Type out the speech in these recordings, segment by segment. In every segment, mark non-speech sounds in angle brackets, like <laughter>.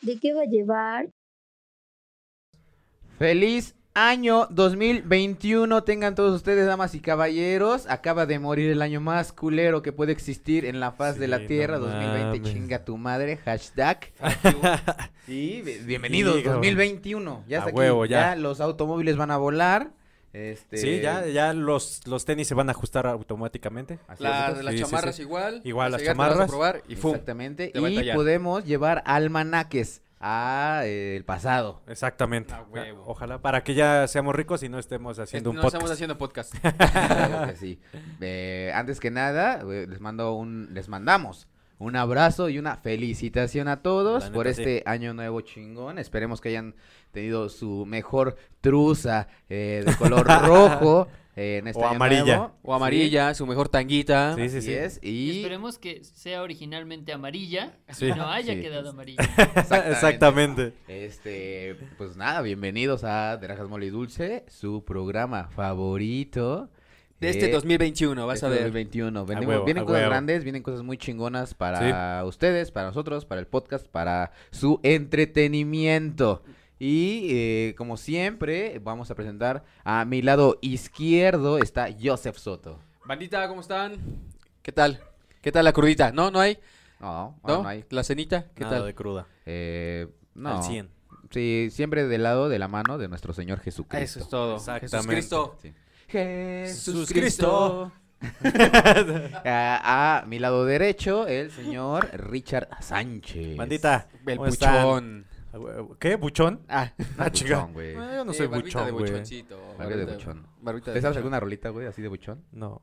¿Qué te va a llevar? Feliz año 2021 tengan todos ustedes, damas y caballeros. Acaba de morir el año más culero que puede existir en la faz Sí, de la no Tierra. 2020, mames. chinga tu madre, <laughs> hashtag. sí, be- bienvenidos, Sí, cabrón. 2021. Ya A está aquí. huevo, ya. ya los automóviles van a volar. Este... Sí, ya, ya los, los tenis se van a ajustar automáticamente. Así La- es, sí, las sí, chamarras sí. igual. Igual, la las cigarra te chamarras. Vas a probar y fum. Exactamente. Te va a Y tallar. podemos llevar almanaques a eh, el pasado. Exactamente. A huevo. Ojalá, para que ya seamos ricos y no estemos haciendo Eh, un no podcast. estamos haciendo podcast. Claro que sí. Eh, antes que nada, eh, les mando un, les mandamos un abrazo y una felicitación a todos La neta, por este año nuevo chingón. Esperemos que hayan tenido su mejor truza eh, de <laughs> color rojo eh, en este O año amarilla. nuevo. O amarilla, su mejor tanguita. Sí, sí, Así sí. es, Y y esperemos que sea originalmente amarilla Sí. y no haya Sí. quedado amarilla. exactamente. Ah, Exactamente. <laughs> Este, pues nada, bienvenidos a Dragas Mole y Dulce, su programa favorito. De este Eh, 2021, vas Este a ver. 2021. Venimos- huevo, vienen a cosas huevo. grandes, vienen cosas muy chingonas para ustedes, para nosotros, para el podcast, para su entretenimiento. Y eh, como siempre, vamos a presentar a mi lado izquierdo está Joseph Soto. Bandita, ¿cómo están? ¿Qué tal? ¿Qué tal la crudita? ¿No? ¿No hay? No, ahora ¿No? no, hay. ¿La cenita? ¿Qué Nada tal? de cruda. Eh, no. Al 100. Sí, siempre del lado de la mano de nuestro Señor Jesucristo. Eso es todo. Exactamente. Jesús Cristo. Sí. Jesús Cristo. Cristo. <laughs> A, a mi lado derecho, el señor Richard Sánchez. Bandita. El ¿cómo están? puchón. A huevo. ¿Qué? ¿Buchón? Ah, Ah, chica. Buchón, güey. Ah, yo no sí, soy barbita buchón, de güey. buchoncito. Barbita de buchón. ¿Te sabes alguna rolita, güey, así de buchón? No.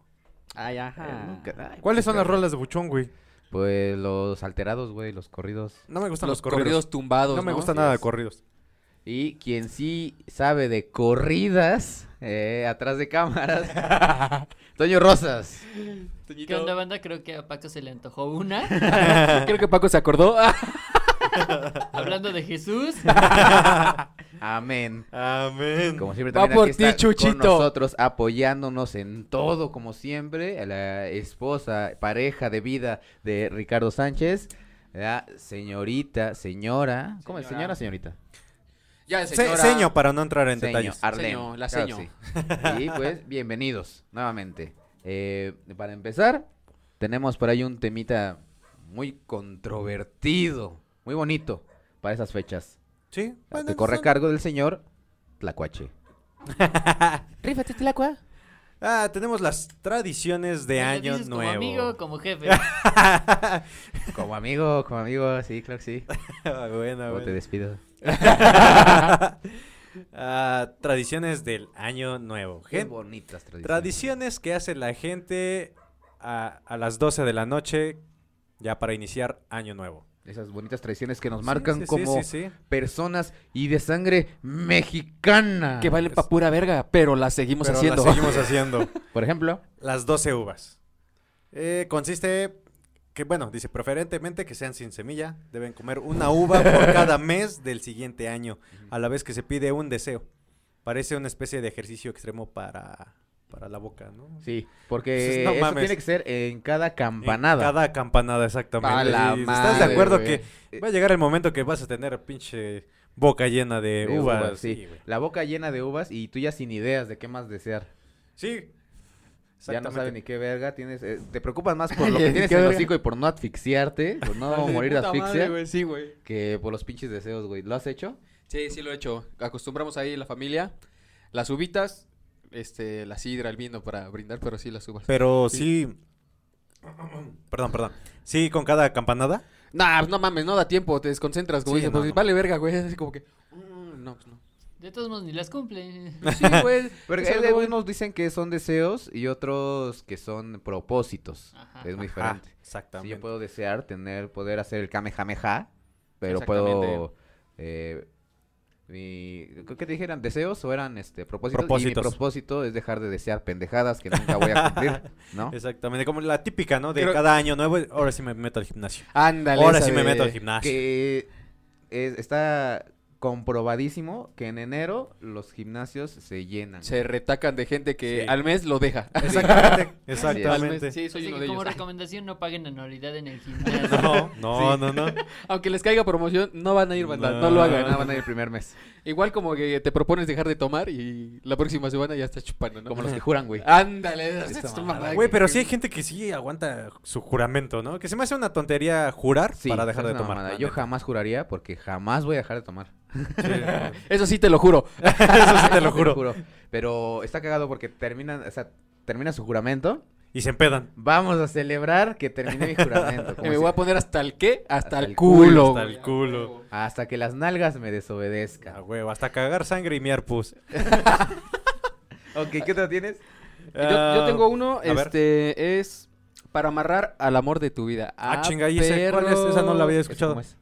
Ay, Eh, ajá. nunca- ay, ¿Cuáles son nunca. las rolas de buchón, güey? Pues los alterados, güey, los corridos. No me gustan Los los, corridos tumbados, No me gusta gustan nada de corridos. Y quien sí sabe de corridas, eh, atrás de cámaras, Toño Rosas. ¿Qué onda, banda? Creo que a Paco se le antojó una. <laughs> Creo que Paco se acordó. Ah, Hablando de Jesús. Amén. Amén. Como siempre, Va también por aquí ti, está con Chuchito. nosotros apoyándonos en todo, como siempre, a la esposa, pareja de vida de Ricardo Sánchez, la señorita, señora, ¿cómo es? Señora, Señora. señorita. ya, Se- señora. seño para no entrar en Seño, Ah, detalles. Arlene, Seño, la claro seño. que sí. Y <laughs> pues, bienvenidos nuevamente. Eh, para empezar, tenemos por ahí un temita muy controvertido, muy bonito para esas fechas. Sí. bueno, que corre a son- cargo del señor <laughs> Tlacuache. Rífate, Tlacua. Ah, tenemos las tradiciones de me lo año dices nuevo. Como amigo, como jefe. Como amigo, como amigo, sí, claro que sí. <laughs> Ah, bueno, O te bueno. despido. <laughs> Ah, tradiciones del año nuevo. Qué Gen- bonitas tradiciones. tradiciones que hace la gente a, a las 12 de la noche ya para iniciar año nuevo. Esas bonitas tradiciones que nos Sí, marcan sí, sí, como sí, sí. personas y de sangre mexicana. Que valen pa' pura verga, Ah, pues. pero la seguimos Pero las haciendo. <laughs> <laughs> seguimos haciendo. Por ejemplo, Las 12 uvas. Eh, consiste que, bueno, dice preferentemente que sean sin semilla. Deben comer una uva <laughs> por cada mes del siguiente año, a la vez que se pide un deseo. Parece una especie de ejercicio extremo para, para la boca, ¿no? sí, porque Pues, no eso mames. tiene que ser en cada En campanada. Cada campanada, exactamente. A la Sí, ¿Estás madre, de acuerdo güey. que va a llegar el momento que vas a tener pinche boca llena de, de uvas? uvas, sí. Sí, güey. La boca llena de uvas y tú ya sin ideas de qué más desear. Sí. Ya no Exactamente. sabes ni qué verga tienes. eh, te preocupas más por lo que Ya ni tienes qué en el verga. hocico y por no asfixiarte, por no <laughs> Vale, morir de puta madre, asfixia, güey, sí, güey. que por los pinches deseos, güey. ¿Lo has hecho? Sí, sí lo he hecho. Acostumbramos ahí la familia. Las uvitas, este, la sidra, el vino para brindar, pero sí las uvas. Pero sí. <clears throat> Perdón, perdón. Sí, con cada campanada. Nah, pues no mames, no da tiempo, te desconcentras, como Sí, dicen, no, pues, no. vale verga, güey. <laughs> Así como que. mm, No, <laughs> pues no. De todos modos, ni las cumple. Sí, <laughs> güey. Pero eso es- es lo que voy. algunos dicen que son deseos y otros que son propósitos. Ajá. Es muy Ajá, diferente. Sí, exactamente. yo puedo desear tener, poder hacer el Kamehameha, pero puedo... Exactamente. Eh, mi- ¿Qué te dijeron? ¿Deseos o eran este, propósitos? Y mi Propósitos. propósito es dejar de desear pendejadas que nunca voy a cumplir, <laughs> ¿no? Exactamente, como la típica, ¿no? De Creo- cada año nuevo. Ahora sí me meto al gimnasio. Ándale. Ahora esa sí me de- meto al gimnasio. Que es- está comprobadísimo que en enero los gimnasios se llenan. Se retacan de gente que Sí. al mes lo deja. <laughs> <laughs> Exactamente. Al mes- <laughs> Exactamente. Sí, soy Así uno que de como ellos. recomendación, no paguen anualidad en el gimnasio. No, no, no, no. <laughs> Aunque les caiga promoción, no van a ir, banda. No, No. lo Pero hagan. nada, van a ir el primer mes. Igual como que te propones dejar de tomar y la próxima semana ya estás chupando, ¿no? Como los que juran, <laughs> güey. Ándale, Esta esta mamada, mamada Güey, que- pero sí hay gente que sí aguanta su juramento, ¿no? Que se me hace una tontería jurar Sí, para es dejar de una tomar. ¿eh? mamada. la Yo neta. jamás juraría porque jamás voy a dejar de tomar. Sí, Eso sí te lo juro. <laughs> Eso sí te lo juro. Pero está cagado porque terminan, o sea, termina su juramento. Y se empedan. Vamos a celebrar que terminé mi <laughs> juramento. como Eh, me si- voy a poner hasta el qué? Hasta, Hasta el el culo. culo, hasta güey. el culo. Hasta que las nalgas me A desobedezcan. huevo, hasta cagar sangre y miar pus. Ok, ¿qué otro <laughs> tienes? Yo, yo tengo uno, Ah, a ver. este, es para amarrar al amor de tu vida. Ah, chinga, ¿y ese cuál es? perro. Esa no la había ¿Eso escuchado. cómo es?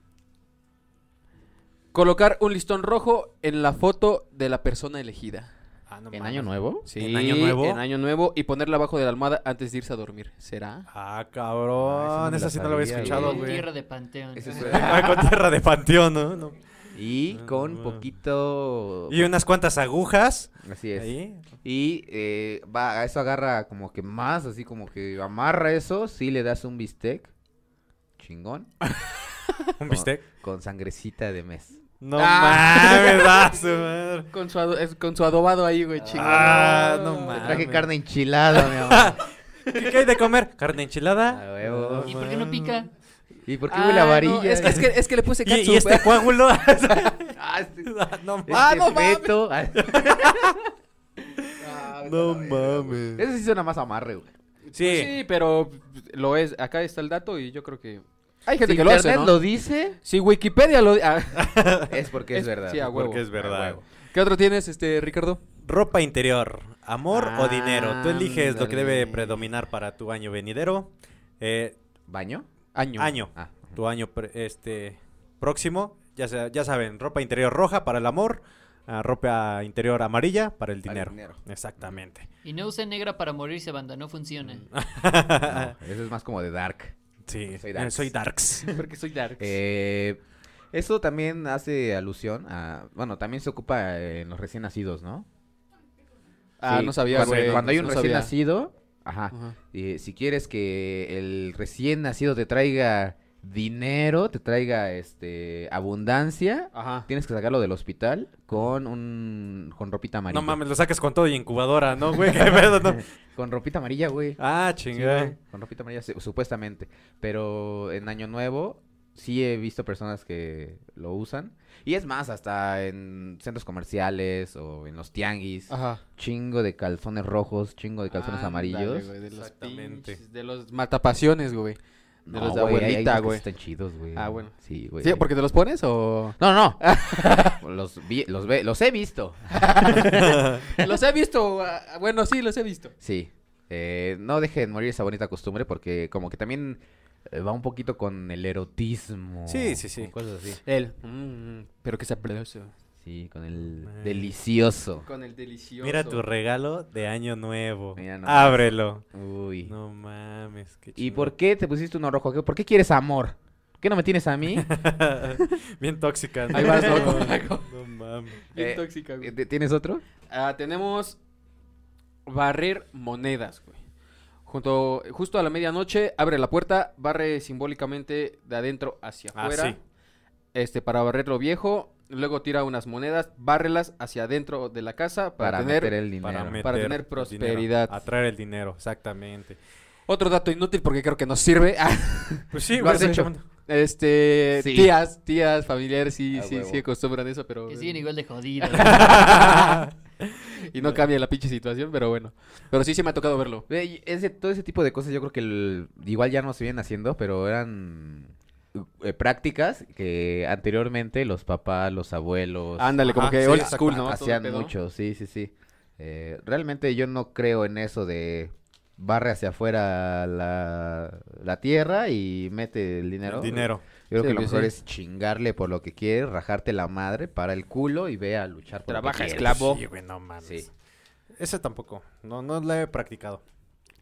Colocar un listón rojo en la foto de la persona elegida. Ah, no ¿En mames. Año Nuevo? Sí, ¿En Año Nuevo? En año nuevo y ponerla abajo de la almohada antes de irse a dormir. ¿Será? Ah, Ah, esa no cabrón. me Esa la sí no la había sabía, escuchado, En güey. <laughs> tierra de panteón. Ese es- Ah, Con tierra de panteón, ¿no? ¿no? Y con poquito... Ah, Y unas cuantas agujas. Así es. Ahí. Y eh, va, a eso agarra como que más, así como que amarra eso, sí le das un bistec. Chingón. Un bistec. Con sangrecita de mes. No Ah. mames, ah, su madre. Con su, ado- es- con su adobado ahí, güey, chingón. Ah, no Te mames. traje carne enchilada, mi <laughs> amor. ¿Qué, qué hay de comer? ¿Carne enchilada? A huevo. ¿Y por qué no pica? ¿Y por qué Ah, huele a no, varilla? es, que, es que- es que le puse <laughs> ¿Y, ketchup. ¿eh? y este <laughs> coágulo? <laughs> Ah, este- no este mames. Ah, no mames. <laughs> feto. Ah, No mames. Ese sí suena más amarre, güey. Pues Sí. sí, pero lo es. Acá está el dato y yo creo que... Hay gente Si que lo hace, internet ¿no? lo dice, Si Wikipedia lo... di- ah. <laughs> es porque es, Es- verdad. sí, a huevo. Porque es verdad. huevo. ¿Qué otro tienes, este, Ricardo? Ropa interior, amor o dinero. Tú eliges lo que debe Ándale. predominar para tu año venidero. Eh, ¿Baño? Año. Año. Ah. tu año pre- este próximo. Ya, sea- ya saben, ropa interior roja para el amor, ah, ropa interior amarilla para Para el el dinero. <laughs> dinero. Exactamente. Y no usen negra para morirse, banda, no funciona. No, eso es más como de dark. Sí, eh, Soy soy, darks. Darks. <laughs> Porque soy dark. Eh, eso también hace alusión a... Bueno, también se ocupa en los recién nacidos, ¿no? ah, Sí, no sabía, Cuando, güey. cuando hay un no recién sabía. nacido, ajá. Ajá. eh, si quieres que el recién nacido te traiga dinero, te traiga este abundancia, Ajá. tienes que sacarlo del hospital con un con ropita amarilla. No mames, lo sacas con todo y incubadora, ¿no, güey? <laughs> ¿Qué pedo, no? Con ropita amarilla, güey. Ah, Sí, chingada. güey, con ropita amarilla se- supuestamente, pero en año nuevo sí he visto personas que lo usan y es más hasta en centros comerciales o en los tianguis, Ajá. chingo de calzones rojos, chingo de calzones Ah. Ándale, amarillos. güey, de los Exactamente. pinches- <laughs> de los matapasiones, güey. De los de güey, hay abuelita, unos que güey. Están chidos, güey. Ah, bueno. Sí, güey. ¿Sí? ¿Porque te los pones o...? No, no. los, vi- los, ve- los he visto. <laughs> los he visto. ah, Bueno, sí, los he visto. Sí. Eh, no dejen morir esa bonita costumbre porque como que también eh, va un poquito con el erotismo. Sí, sí, sí. con cosas así. Él. Mm, pero que sabroso. Sí, con el Eh. delicioso. Con el delicioso. Mira tu regalo de año nuevo. Mira nomás. Ábrelo. Uy. No mames, qué ¿Y chingón. por qué te pusiste uno rojo? ¿Qué- ¿Por qué quieres amor? ¿Qué no me tienes a <laughs> mí? <laughs> Bien tóxica. ¿no? Ahí vas, <laughs> No, loco. No mames. Bien Eh, tóxica, güey. ¿Te- ¿Tienes otro? Ah, tenemos barrer monedas, güey. Junto, justo a la medianoche, abre la puerta, barre simbólicamente de adentro hacia Ah, afuera. sí. Este, para barrer lo viejo. Luego tira unas monedas, bárrelas hacia adentro de la casa para, Para, tener. meter el dinero. Para, meter Para tener dinero, prosperidad. atraer el dinero, exactamente. Otro dato inútil porque creo que nos sirve. <laughs> Ah, Pues sí, Lo güey, has sí, hecho. bueno. este, Sí. tías, tías, familiares, sí, A sí, huevo. sí acostumbran eso, pero. Que siguen igual de jodidos. <laughs> Y no cambia la pinche situación, pero bueno. Pero sí, sí me ha tocado verlo. Ve, y Ese, todo ese tipo de cosas yo creo que el- igual ya no se vienen haciendo, pero eran eh, prácticas que anteriormente los papás, los abuelos Ándale, como Ajá, que sí, old exacto, school, ¿no? Todo hacían pedo. mucho, sí, sí, sí. Eh, realmente yo no creo en eso de barre hacia afuera la, la tierra y mete el dinero. El dinero. Yo creo Sí, que lo sí, mejor sí. es chingarle por lo que quieres, rajarte la madre, para el culo y ve a luchar por lo que Trabaja, quieres. esclavo. Sí, güey, no mames. Sí. Ese tampoco. No, no la he practicado.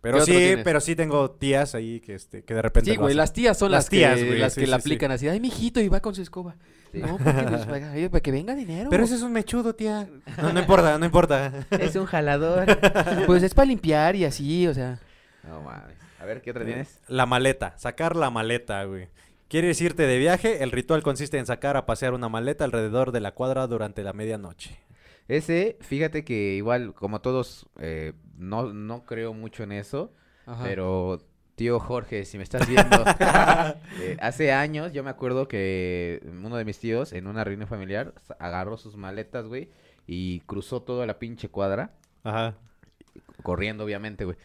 Pero ¿Qué otro sí, tienes? pero sí tengo tías ahí que, este, que de repente. Sí, lo güey, hacen. las tías son Las las, tías, que, güey, las sí, que sí, la sí. aplican así. Ay, mijito, y va con su escoba. Sí. No, porque nos paga- oye, para que venga dinero. Pero <laughs> ese es un mechudo, tía. No, no importa, no importa. <laughs> es un jalador. <laughs> pues es para limpiar y así, o sea. No mames. A ver, ¿qué otra tienes? La maleta, sacar la maleta, güey. ¿Quieres irte de viaje? El ritual consiste en sacar a pasear una maleta alrededor de la cuadra durante la medianoche. Ese, fíjate que igual, como todos, eh, no, no creo mucho en eso, Ajá. pero tío Jorge, si me estás viendo, eh, hace años yo me acuerdo que uno de mis tíos en una reunión familiar sa- agarró sus maletas, güey, y cruzó toda la pinche cuadra, Ajá. corriendo obviamente, güey.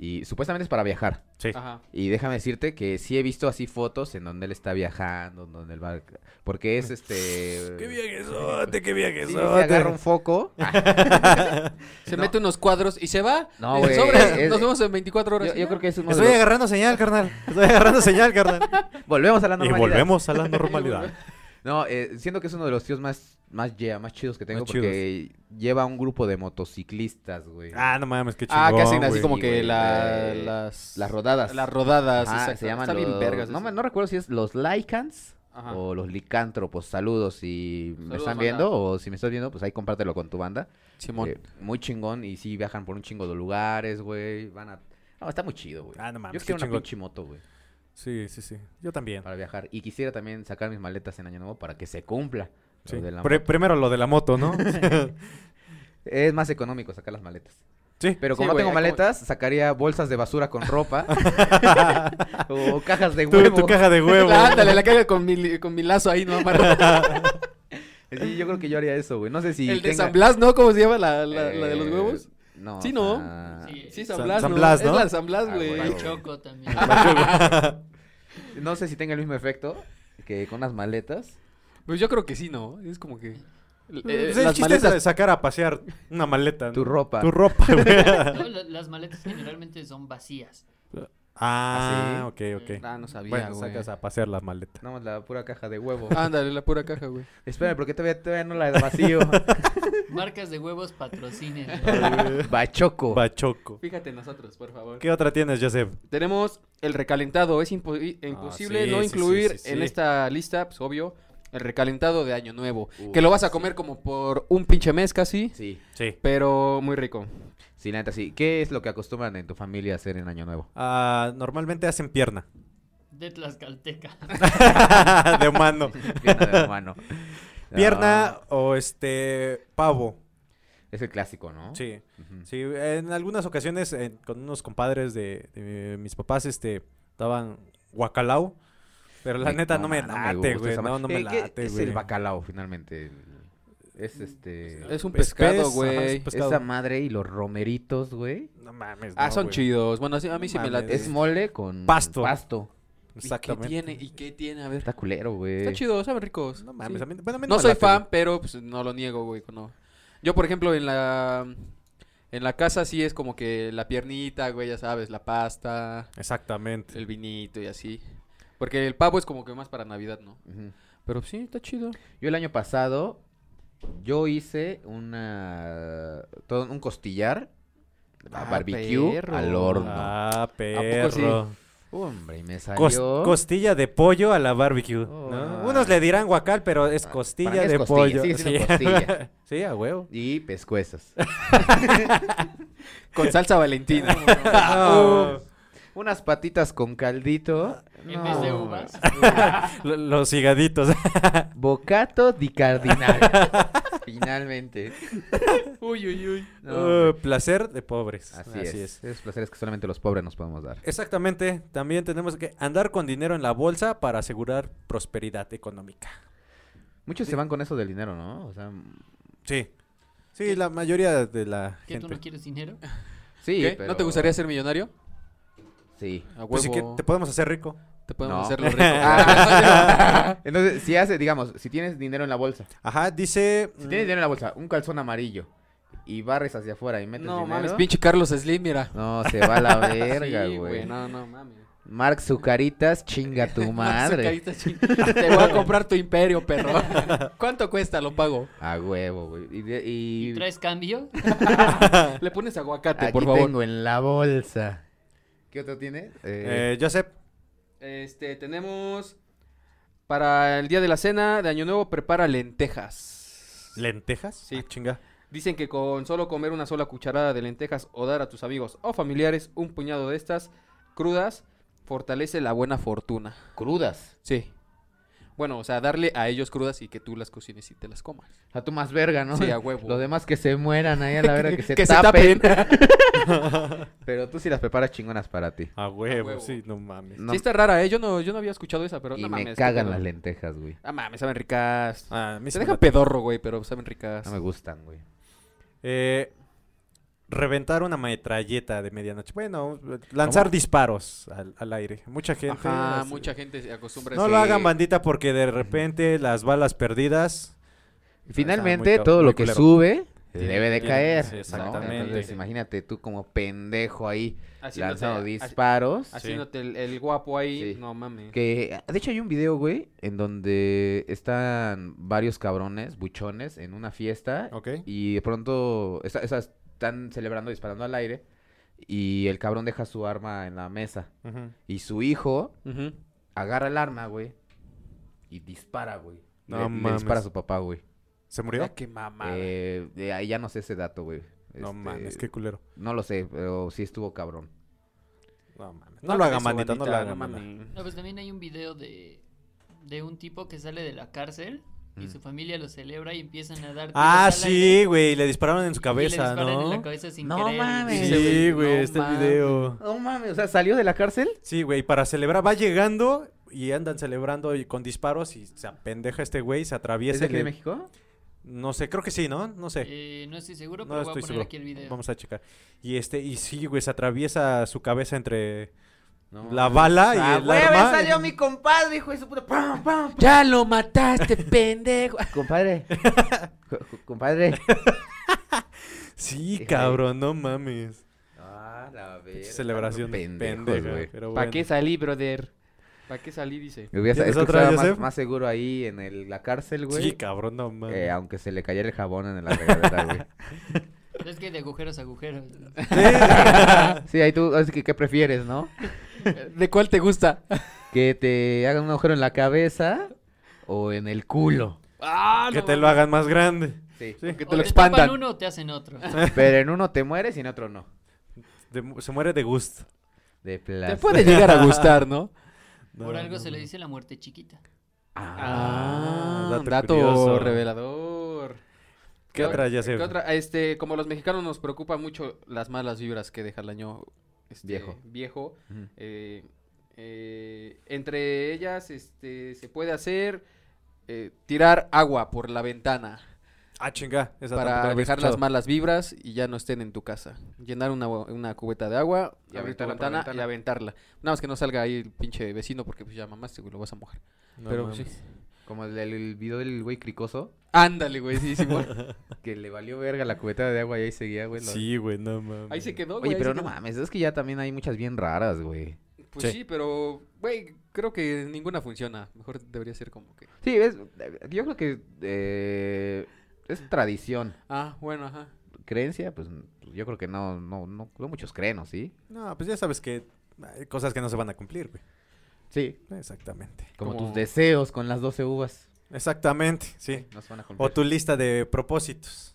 Y supuestamente es para viajar. Sí. Ajá. Y déjame decirte que sí he visto así fotos en donde él está viajando, en donde él va... Porque es este... ¡Qué viajesote, qué Sí, sí, agarra viajesote! un foco. Se eh, No. mete unos cuadros y se va. No, Eh, güey, sobres, es- Nos vemos en 24 horas. Yo, yo creo que es uno de Estoy los- agarrando señal, <laughs> carnal. Estoy agarrando señal, <laughs> carnal. Volvemos a la Y normalidad. volvemos a la normalidad. <laughs> No, eh, siento que es uno de los tíos más, más, yeah, más chidos que tengo Más porque lleva un grupo de motociclistas, güey. Ah, no mames, qué chingón, Ah, que hacen así güey. como Sí, que güey, la- eh, las... las rodadas. Las rodadas. Ajá, exacto. se llaman Está bien los- vergas. no, eso. me- no recuerdo si es los Lycans Ajá. o los Licántropos. Saludos si me Saludos, están banda. viendo o si me estás viendo, pues ahí compártelo con tu banda. Simón. Eh, muy chingón y sí viajan por un chingo de lugares, güey. Van a... No, está muy chido, güey. Ah, no mames, Yo qué quiero una chingón. pinche moto, güey, Sí, sí, sí. Yo también. para viajar. Y quisiera también sacar mis maletas en Año Nuevo para que se cumpla. lo Sí. de la Pri- primero lo de la moto, <laughs> ¿no? Es más económico sacar las maletas. sí. Pero Sí, como no güey, tengo hay como- maletas, sacaría bolsas de basura con <laughs> ropa. o cajas de Tu, huevo. tu caja de <laughs> <laughs> huevo. La- Ah, ándale, la caga con mi, li- con mi lazo ahí, ¿no? Para- Sí, yo creo que yo haría eso, güey. No sé si el de tenga- San Blas, ¿no? ¿Cómo se llama la, la- la de los Eh, huevos? No. Sí, ¿no? ah, Sí. Sí, San San- Blas, San ¿no? Blas, ¿no? Es la de San Blas, Ah, güey. huevo. Choco también. No sé si tenga el mismo efecto que con las maletas. Pues yo creo que sí, ¿no? Es como que... eh, Pues el las chiste es de maletas... sacar a pasear una maleta. ¿no? Tu ropa. Tu ropa, güey. No, la- las maletas generalmente son vacías. ah, Ah, ok, ok. Ah, no sabía, bueno, güey. sacas a pasear la maleta. Nada más la pura caja de huevo. Ándale, la pura caja, güey. Espera, porque todavía, todavía no la <laughs> vacío. Marcas de huevos patrocinen. Bachoco. Bachoco. Fíjate en nosotros, por favor. ¿Qué otra tienes, Joseph? Tenemos el recalentado. Es impo- i- imposible Ah, sí, no sí, incluir sí, sí, en sí. esta lista, pues obvio, el recalentado de Año Nuevo. Uy, que lo vas a comer como por un pinche mes casi, Sí, Sí. pero muy rico. sí, la neta, sí. ¿Qué es lo que acostumbran en tu familia hacer en Año <laughs> Nuevo? Ah, normalmente hacen pierna. <laughs> De Tlaxcalteca. de humano. Pierna de humano. Pierna Ah, o este pavo. es el clásico, ¿no? Sí. Ujú. Sí, en algunas ocasiones eh, con unos compadres de, de mis papás este daban guacalao, pero la Me- neta no, me ma, late, gusta güey. esa ma- No, no me Eh, ¿qué late, Es güey. el bacalao, finalmente. Es este. Es un Pues, pescado, pez, ajá, es güey. pescado. Esa madre y los romeritos, güey. No mames. Ah, no, son güey. chidos. Bueno, sí, a mí No sí me mames. late. Es mole con. Pasto. Pasto. ¿Y qué Exactamente. tiene? ¿Y qué tiene? A ver. Está culero, güey. Está chido, saben ricos. No pues, mames. Sí. a mí- bueno, a mí No me soy late, fan, pero pues, no lo niego, güey. no. Yo, por ejemplo, en la en la casa sí es como que la piernita, güey, ya sabes, la pasta, güey. Exactamente. el vinito y así. Porque el pavo es como que más para Navidad, ¿no? Ujú. Pero sí, está chido. Yo el año pasado. Yo hice una. Todo, un costillar. a Ah, barbecue perro. al horno. Ah, poco sí? perro. Hombre, y me salió. Cos- costilla de pollo a la barbecue. Oh, ¿no? no. Unos le dirán guacal, pero es Ah, costilla para mí es de costilla, pollo. sigue siendo Sí. costilla. <laughs> Sí, a huevo. Y pescuezas. Con salsa valentina. uh. Ah, Unas patitas con caldito. En vez de No, uvas. lo- Los higaditos. Bocato di cardinal. <laughs> Finalmente. <laughs> uy, uy, <laughs> uy. <laughs> Eh, No, Uh, placer de pobres. así, es. Esos placeres que solamente los pobres nos podemos dar. Exactamente. También tenemos que andar con dinero en la bolsa para asegurar prosperidad económica. Muchos se van con eso del dinero, ¿no? O sea, mm, Sí. Sí, la mayoría de la ¿Qué tú no gente. quieres dinero? sí. ¿Qué? pero- ¿No te gustaría ser millonario? Sí. A huevo. Pues sí que te podemos hacer rico. Te podemos No. hacer <laughs> Ah, lo rico. Entonces, si hace, digamos, si tienes dinero en la bolsa, Ajá, dice. mm, si Mm. tienes dinero en la bolsa, un calzón amarillo y barres hacia afuera y <laughs> metes no, dinero. mames, pinche Carlos Slim, mira. No, se va a <laughs> la verga, Sí, güey. No, no, mames. Mark Zucaritas, chinga <laughs> tu Su madre. carita ching- Te voy a comprar tu imperio, perro. <laughs> ¿Cuánto cuesta? Lo pago. A huevo, güey. Y, de- y- ¿Y traes cambio? Le pones aguacate, aquí por favor. tengo en la bolsa. ¿Qué otra tiene? Eh, Eh, Joseph, Este, tenemos para el día de la cena de Año Nuevo, prepara lentejas. ¿lentejas? Sí. Ah, chinga. Dicen que con solo comer una sola cucharada de lentejas o dar a tus amigos o familiares un puñado de estas crudas fortalece la buena fortuna. Crudas. Sí. Bueno, o sea, darle a ellos crudas y que tú las cocines y te las comas. O sea, tú más verga, ¿no? <laughs> Sí, a huevo. Los demás que se mueran ahí a la <laughs> verga, que se, Que se tapen. Pero tú sí las preparas chingonas para ti. A Ah, huevo, huevo. sí, no mames. No, Sí está rara, ¿eh? Yo no, yo no había escuchado esa, pero y no me mames, qué cagan pedo. las lentejas, güey. Ah, mames, saben ricas. Ah, a mí Se sí me deja late. pedorro, güey, pero saben ricas. No me gustan, güey. Eh, reventar una metralleta de medianoche. Bueno, lanzar disparos al, al aire. Mucha gente. Ajá, hace- mucha gente se acostumbra a No ese- lo hagan bandita porque de repente las balas perdidas. Finalmente, muy cab- todo muy lo que culero. sube Tiene- debe de tiene- caer. sí, ¿no? exactamente. Entonces, imagínate tú como pendejo ahí haciéndote- lanzando ha- disparos. Haciéndote el, el guapo ahí. Sí. No mames. Que, de hecho, hay un video, güey, en donde están varios cabrones, buchones, en una fiesta. Ok. Y de pronto está- está- están celebrando, disparando al aire. Y el cabrón deja su arma en la mesa. Ujú. Y su hijo Ujú. agarra el arma, güey. Y dispara, güey. No Le- le, mames. dispara a su papá, güey. ¿Se murió? Ah, qué mamada. Eh, de ahí ya no sé ese dato, güey. No Este, mames, qué culero. No lo sé, pero sí estuvo cabrón. No mames. No, lo hagan bandita, no lo hagan bandita. No, pues también hay un video de, de un tipo que sale de la cárcel y su familia lo celebra y empiezan a dar. Ah, tiros al aire sí, güey. Le dispararon en su cabeza, y le disparan en la ¿no? cabeza sin No querer. mames. Sí. Sí, Sí, güey, no este mames. video. No mames, o sea, salió de la cárcel. Sí, güey, para celebrar, va llegando y andan celebrando y con disparos y se apendeja este güey, ¿Es se atraviesa. de y aquí de le- México? No sé, creo que sí, ¿no? No sé. Eh, no estoy seguro, No pero voy a estoy poner seguro. aquí el video. Vamos a checar. Y este, y sí, güey, se atraviesa su cabeza entre No. la bala y Ah, el güey, a ver, arma. salió mi compadre, hijo de su puta. ¡Pam, pam! Ya <laughs> lo mataste, pendejo. Compadre. Co- co- compadre. Sí, Qué cabrón, no mames. Ah, la verga. Celebración pendeja, Pendejos, güey. pero ¿Para bueno. qué salí, brother? ¿Para qué salí, dice? Me hubiese- Es ¿Tienes que otra, estaba Joseph? más, más seguro ahí en el- la cárcel, güey. Sí, cabrón, no mames. eh, aunque se le cayera el jabón en la regadera, güey. Pero es que de agujeros a agujeros. <laughs> <laughs> Sí, ahí tú, así que, ¿qué prefieres, no? ¿De cuál te gusta? Que te hagan un agujero en la cabeza o en el culo. Ah, que te lo hagan más grande. Sí. Sí. Que O te lo tapan expandan. uno o te <laughs> hacen otro. Pero en uno te mueres y en otro no. De- se muere de gusto. De Te placer. puede llegar a gustar, ¿no? No, Por algo no, se le no. dice la muerte chiquita. Ah, dato un dato curioso. revelador. ¿Qué otra, ya sé? ¿Qué otra? Este, como los mexicanos nos preocupa mucho las malas vibras que deja el año este, Viejo. Viejo. Ujú. Eh, eh, entre ellas, este, se puede hacer eh, tirar agua por la ventana Ah, chinga. Esa tampoco la para había dejar las escuchado. malas vibras y ya no estén en tu casa. Llenar una, una cubeta de agua y abrir tu Aventarla por la ventana, y ventana. aventarla. Nada más que no salga ahí el pinche vecino porque pues ya mamaste, güey, lo vas a mojar. No Pero pues, mames. sí. Como el, del- el video del güey cricoso. Ándale, güey, sí, sí, güey. Que le valió verga la cubeta de agua y ahí seguía, güey. lo- Sí, güey, no mames. Ahí se quedó, güey. Oye, ahí pero no se quedó. mames, es que ya también hay muchas bien raras, güey. Pues Sí. sí, pero, güey, creo que ninguna funciona. Mejor debería ser como que. Sí, es, yo creo que eh, es tradición. Ah, bueno, ajá. Creencia, pues yo creo que no, no, no, no muchos creen, ¿o sí? No, pues ya sabes que hay cosas que no se van a cumplir, güey. Sí. Exactamente. Como, Como- tus deseos con las 12 uvas. Exactamente, sí. No se van a cumplir. O tu lista de propósitos.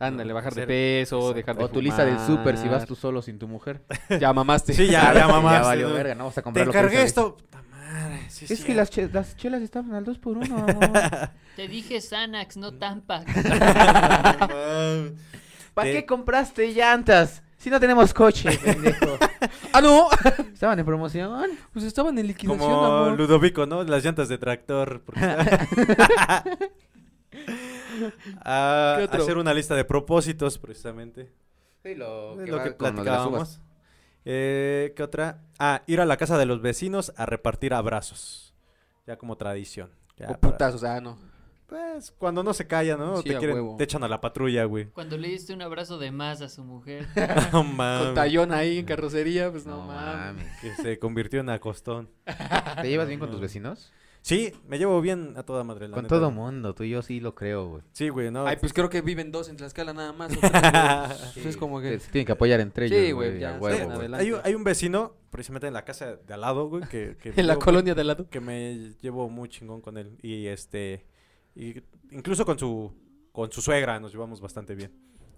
Ándale, bajar de Ser- peso, exacto. dejar de O tu lista del súper si vas <laughs> fumar. tú solo sin tu mujer. Ya mamaste. Sí, <laughs> <laughs> ya, ya mamá. Ya valió verga, no vas a Te comprar lo que encargué dice. esto. Puta madre, sí, Es que cierto. las, che- las chelas estaban al 2 por <laughs> 1 ¿Para Te dije Xanax, no Tampax. <laughs> Te- qué compraste llantas? Si no tenemos <laughs> coche, pendejo. ¡Ah, no! Estaban en promoción. <laughs> Pues estaban en liquidación, Como amor. Ludovico, ¿no? Las llantas de tractor. <laughs> porque- Ah, ¿Qué otro? hacer una lista de propósitos, precisamente. Sí, lo Es lo que platicábamos. Eh, ¿Qué otra? Ah, ir a la casa de los vecinos a repartir abrazos. Ya como tradición. Ya O para- putazos, ah, no. Pues cuando no se calla, ¿no? Sí, te, a quieren- huevo. te echan a la patrulla, güey. <laughs> Cuando le diste un abrazo de más a su mujer. No mames. Con tallón ahí en carrocería, pues Ah, no, No mames. mames. Que se convirtió en acostón. ¿Te llevas bien con tus vecinos? Sí, me llevo bien a toda madre. la Con neta. todo mundo, tú y yo sí lo creo, güey. Sí, güey, no. Ay, pues creo que viven dos en Tlaxcala nada más. o tres, güey. <laughs> Pues es como que... Se tienen que apoyar entre Sí, ellos. güey, a ya, huevo, sí, güey. adelante. hay, un- hay un vecino, precisamente en la casa de al lado, güey, que... <laughs> que En la yo- colonia de al lado. Que me llevo muy chingón con él. Y este... y incluso con su, con su suegra nos llevamos bastante bien.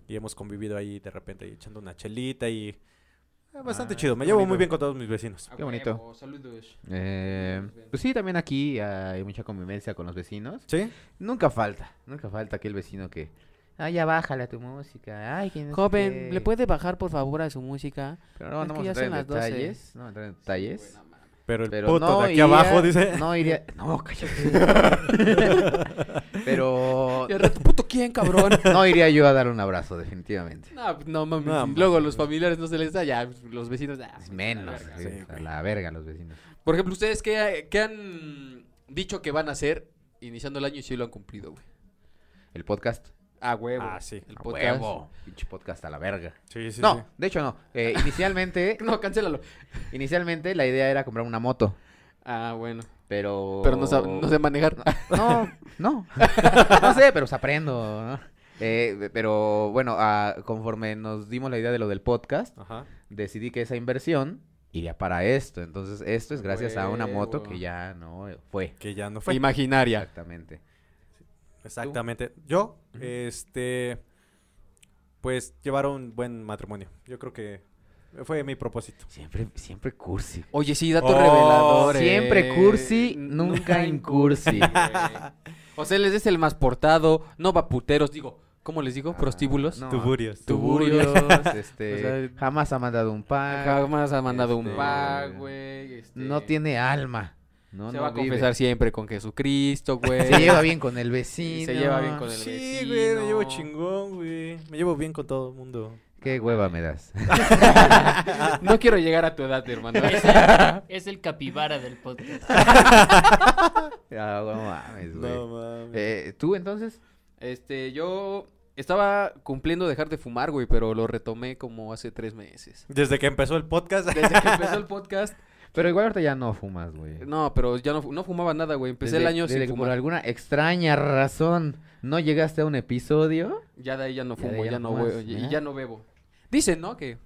Y hemos convivido ahí de repente, ahí echando una chelita y... eh, Bastante Ah, chido. Me qué llevo muy bonito. bien con todos mis vecinos. A Qué bonito. Ah, huevo, Saludos. Eh, pues sí, también aquí hay mucha convivencia con los vecinos. ¿Sí? Nunca falta, nunca falta aquel vecino que. Ah, ya bájale a tu música. Ay, que no sé Joven, qué". ¿le puede bajar por favor a su música? Pero no, Es no que vamos a ya entrar en son las 12. detalles. No vamos a entrar en detalles. Pero el Pero puto no de aquí iría- abajo dice... No iría. No, cállate. <laughs> pero. ¿Y al rato, puto quién, <laughs> cabrón? No iría yo a dar un abrazo, definitivamente. No, pues, no mames. No, y mames. luego los familiares no se les da, ya pues, los vecinos. ah, pues, a la Menos. verga, sí, güey. sí, a güey. la verga los vecinos. Por ejemplo, ¿ustedes qué, qué han dicho que van a hacer iniciando el año y si lo han cumplido, güey? El podcast. A huevo. Ah, sí. El a podcast. huevo. Pinche podcast a la verga. <laughs> Sí, sí, no, sí. de hecho no. Eh, <laughs> inicialmente, <laughs> No, cancélalo. inicialmente la idea era comprar una moto. Ah, bueno. Pero. Pero no, sab- Oh. no <laughs> sé manejar. <laughs> No, no. No sé, pero pues aprendo, ¿no? Eh, pero bueno, ah, conforme nos dimos la idea de lo del podcast, Ajá. decidí que esa inversión iría para esto. Entonces, esto es gracias a una moto Huevo. que ya no fue. Que ya no fue. Imaginaria. Exactamente. Exactamente. Yo, este, pues llevar un buen matrimonio. Yo creo que fue mi propósito. Siempre, siempre cursi. Oye, sí, dato Oh, revelador. Siempre eh. cursi, N- nunca incursi. <laughs> güey. O sea, les es el más portado, no va a puteros, digo, ¿cómo les Ah, digo? Prostíbulos. No. Tuburios. Tuburios, este, <laughs> o sea, jamás ha mandado un pack. Jamás ha mandado un Este, pack, güey. este, No tiene alma. No, Se no va a vive. confesar siempre <laughs> con Jesucristo, güey. Se lleva bien con el Sí, vecino. se lleva bien con el Sí, vecino. güey, me llevo chingón, güey. Me llevo bien con todo el mundo. Qué hueva me das. <laughs> <laughs> No quiero llegar a tu edad, hermano. <laughs> Es el, es el capibara del podcast. Ah, no mames, güey. No mames. Eh, ¿Tú entonces? Este, yo estaba cumpliendo dejar de fumar, güey, pero lo retomé como hace tres meses. Desde que empezó el podcast. Desde que empezó el podcast. Pero igual ahorita ya no fumas, güey. No, pero ya no, fu- no fumaba nada, güey. Empecé el Desde- año desde sin que por fumar. alguna extraña razón no llegaste a un episodio. Ya de ahí ya no Ya de ahí fumo, ya ya, no no fumas, ¿eh? bebo, y- ¿verdad? y ya no bebo. Dicen, ¿no? Que.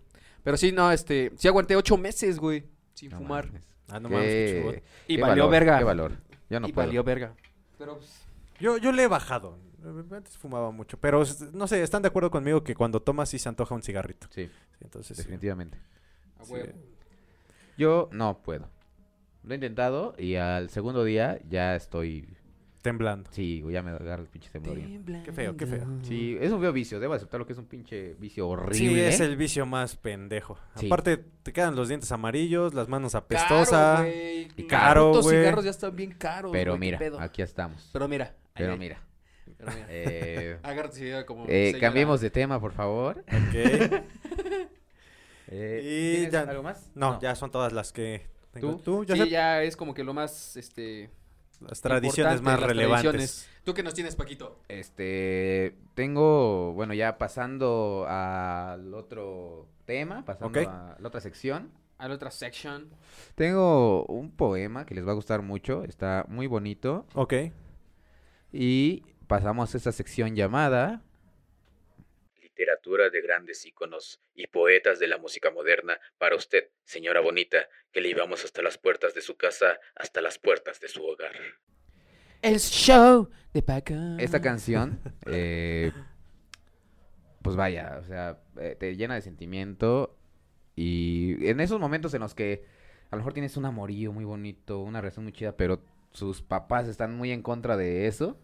Pero sí, no, este. Sí aguanté ocho meses, güey. Sin No fumar. mames. <laughs> Ah, no Qué- mames, qué chingón. Y qué valió valor, verga. Qué valor. Yo no y puedo. valió verga. Pero pues, Yo, yo le he bajado. Antes fumaba mucho. Pero s- no sé, ¿están de acuerdo conmigo que cuando tomas sí se antoja un cigarrito? Sí, Entonces, sí. definitivamente. a Sí. huevo. Yo no puedo. Lo he intentado y al segundo día ya estoy. temblando. Sí, güey, ya me agarra el pinche temblorín. Qué feo, qué feo. Sí, es un feo vicio. Debo aceptar lo que es un pinche vicio horrible. ¿eh? Sí, es el vicio más pendejo. Sí. Aparte, te quedan los dientes amarillos, las manos Caro, apestosas. güey. Y caro, Los güey. cigarros ya están bien caros. Pero güey, qué mira, pedo. aquí estamos. Pero mira. ahí, Pero <laughs> ahí, mira. pero <laughs> mira. Eh, Agarra tu cigarro como. eh, señora. cambiemos de tema, por favor. Ok. Eh, Y ¿tienes ya- algo más? No, ya son todas las que tengo. ¿Tú? Tú, ya sí, sé, ya es como que lo más, este... las tradiciones importante, más las relevantes. tradiciones. ¿Tú qué nos tienes, Paquito? Este, tengo, bueno, ya pasando al otro tema, pasando Ok. a la otra sección. A la otra section. Tengo un poema que les va a gustar mucho, está muy bonito. Ok. Y pasamos a esta sección llamada literatura de grandes íconos y poetas de la música moderna para usted, señora bonita, que le llevamos hasta las puertas de su casa, hasta las puertas de su hogar. El show de Paco. Esta <laughs> canción, eh, pues vaya, o sea, eh, te llena de sentimiento y en esos momentos en los que a lo mejor tienes un amorío muy bonito, una relación muy chida, pero sus papás están muy en contra de eso.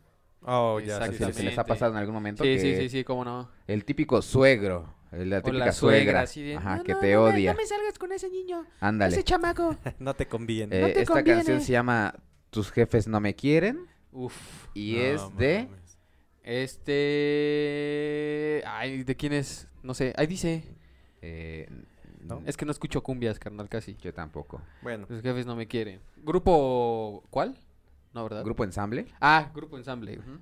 Oh, ya. No sí, sé Si les, sí, sí. les ha Exactamente. pasado en algún momento Sí, que sí, sí, sí, cómo no. el típico suegro, el- la O la típica suegra, suegra, así de, ajá, No, que no, te no me- odia. No me salgas con ese niño, Ándale. ese chamaco. <laughs> No te conviene. Eh, te esta canción conviene. se llama Tus jefes no me quieren <laughs> Uf. y No, es de mames. Este... Ay, ¿de quién es? No sé. Ahí dice. eh, ¿No? Es que no escucho cumbias, carnal, casi. yo tampoco. Bueno. Los jefes no me quieren. Grupo... ¿Cuál? No, ¿verdad? Grupo Ensamble. Ah, Grupo Ensamble. güey.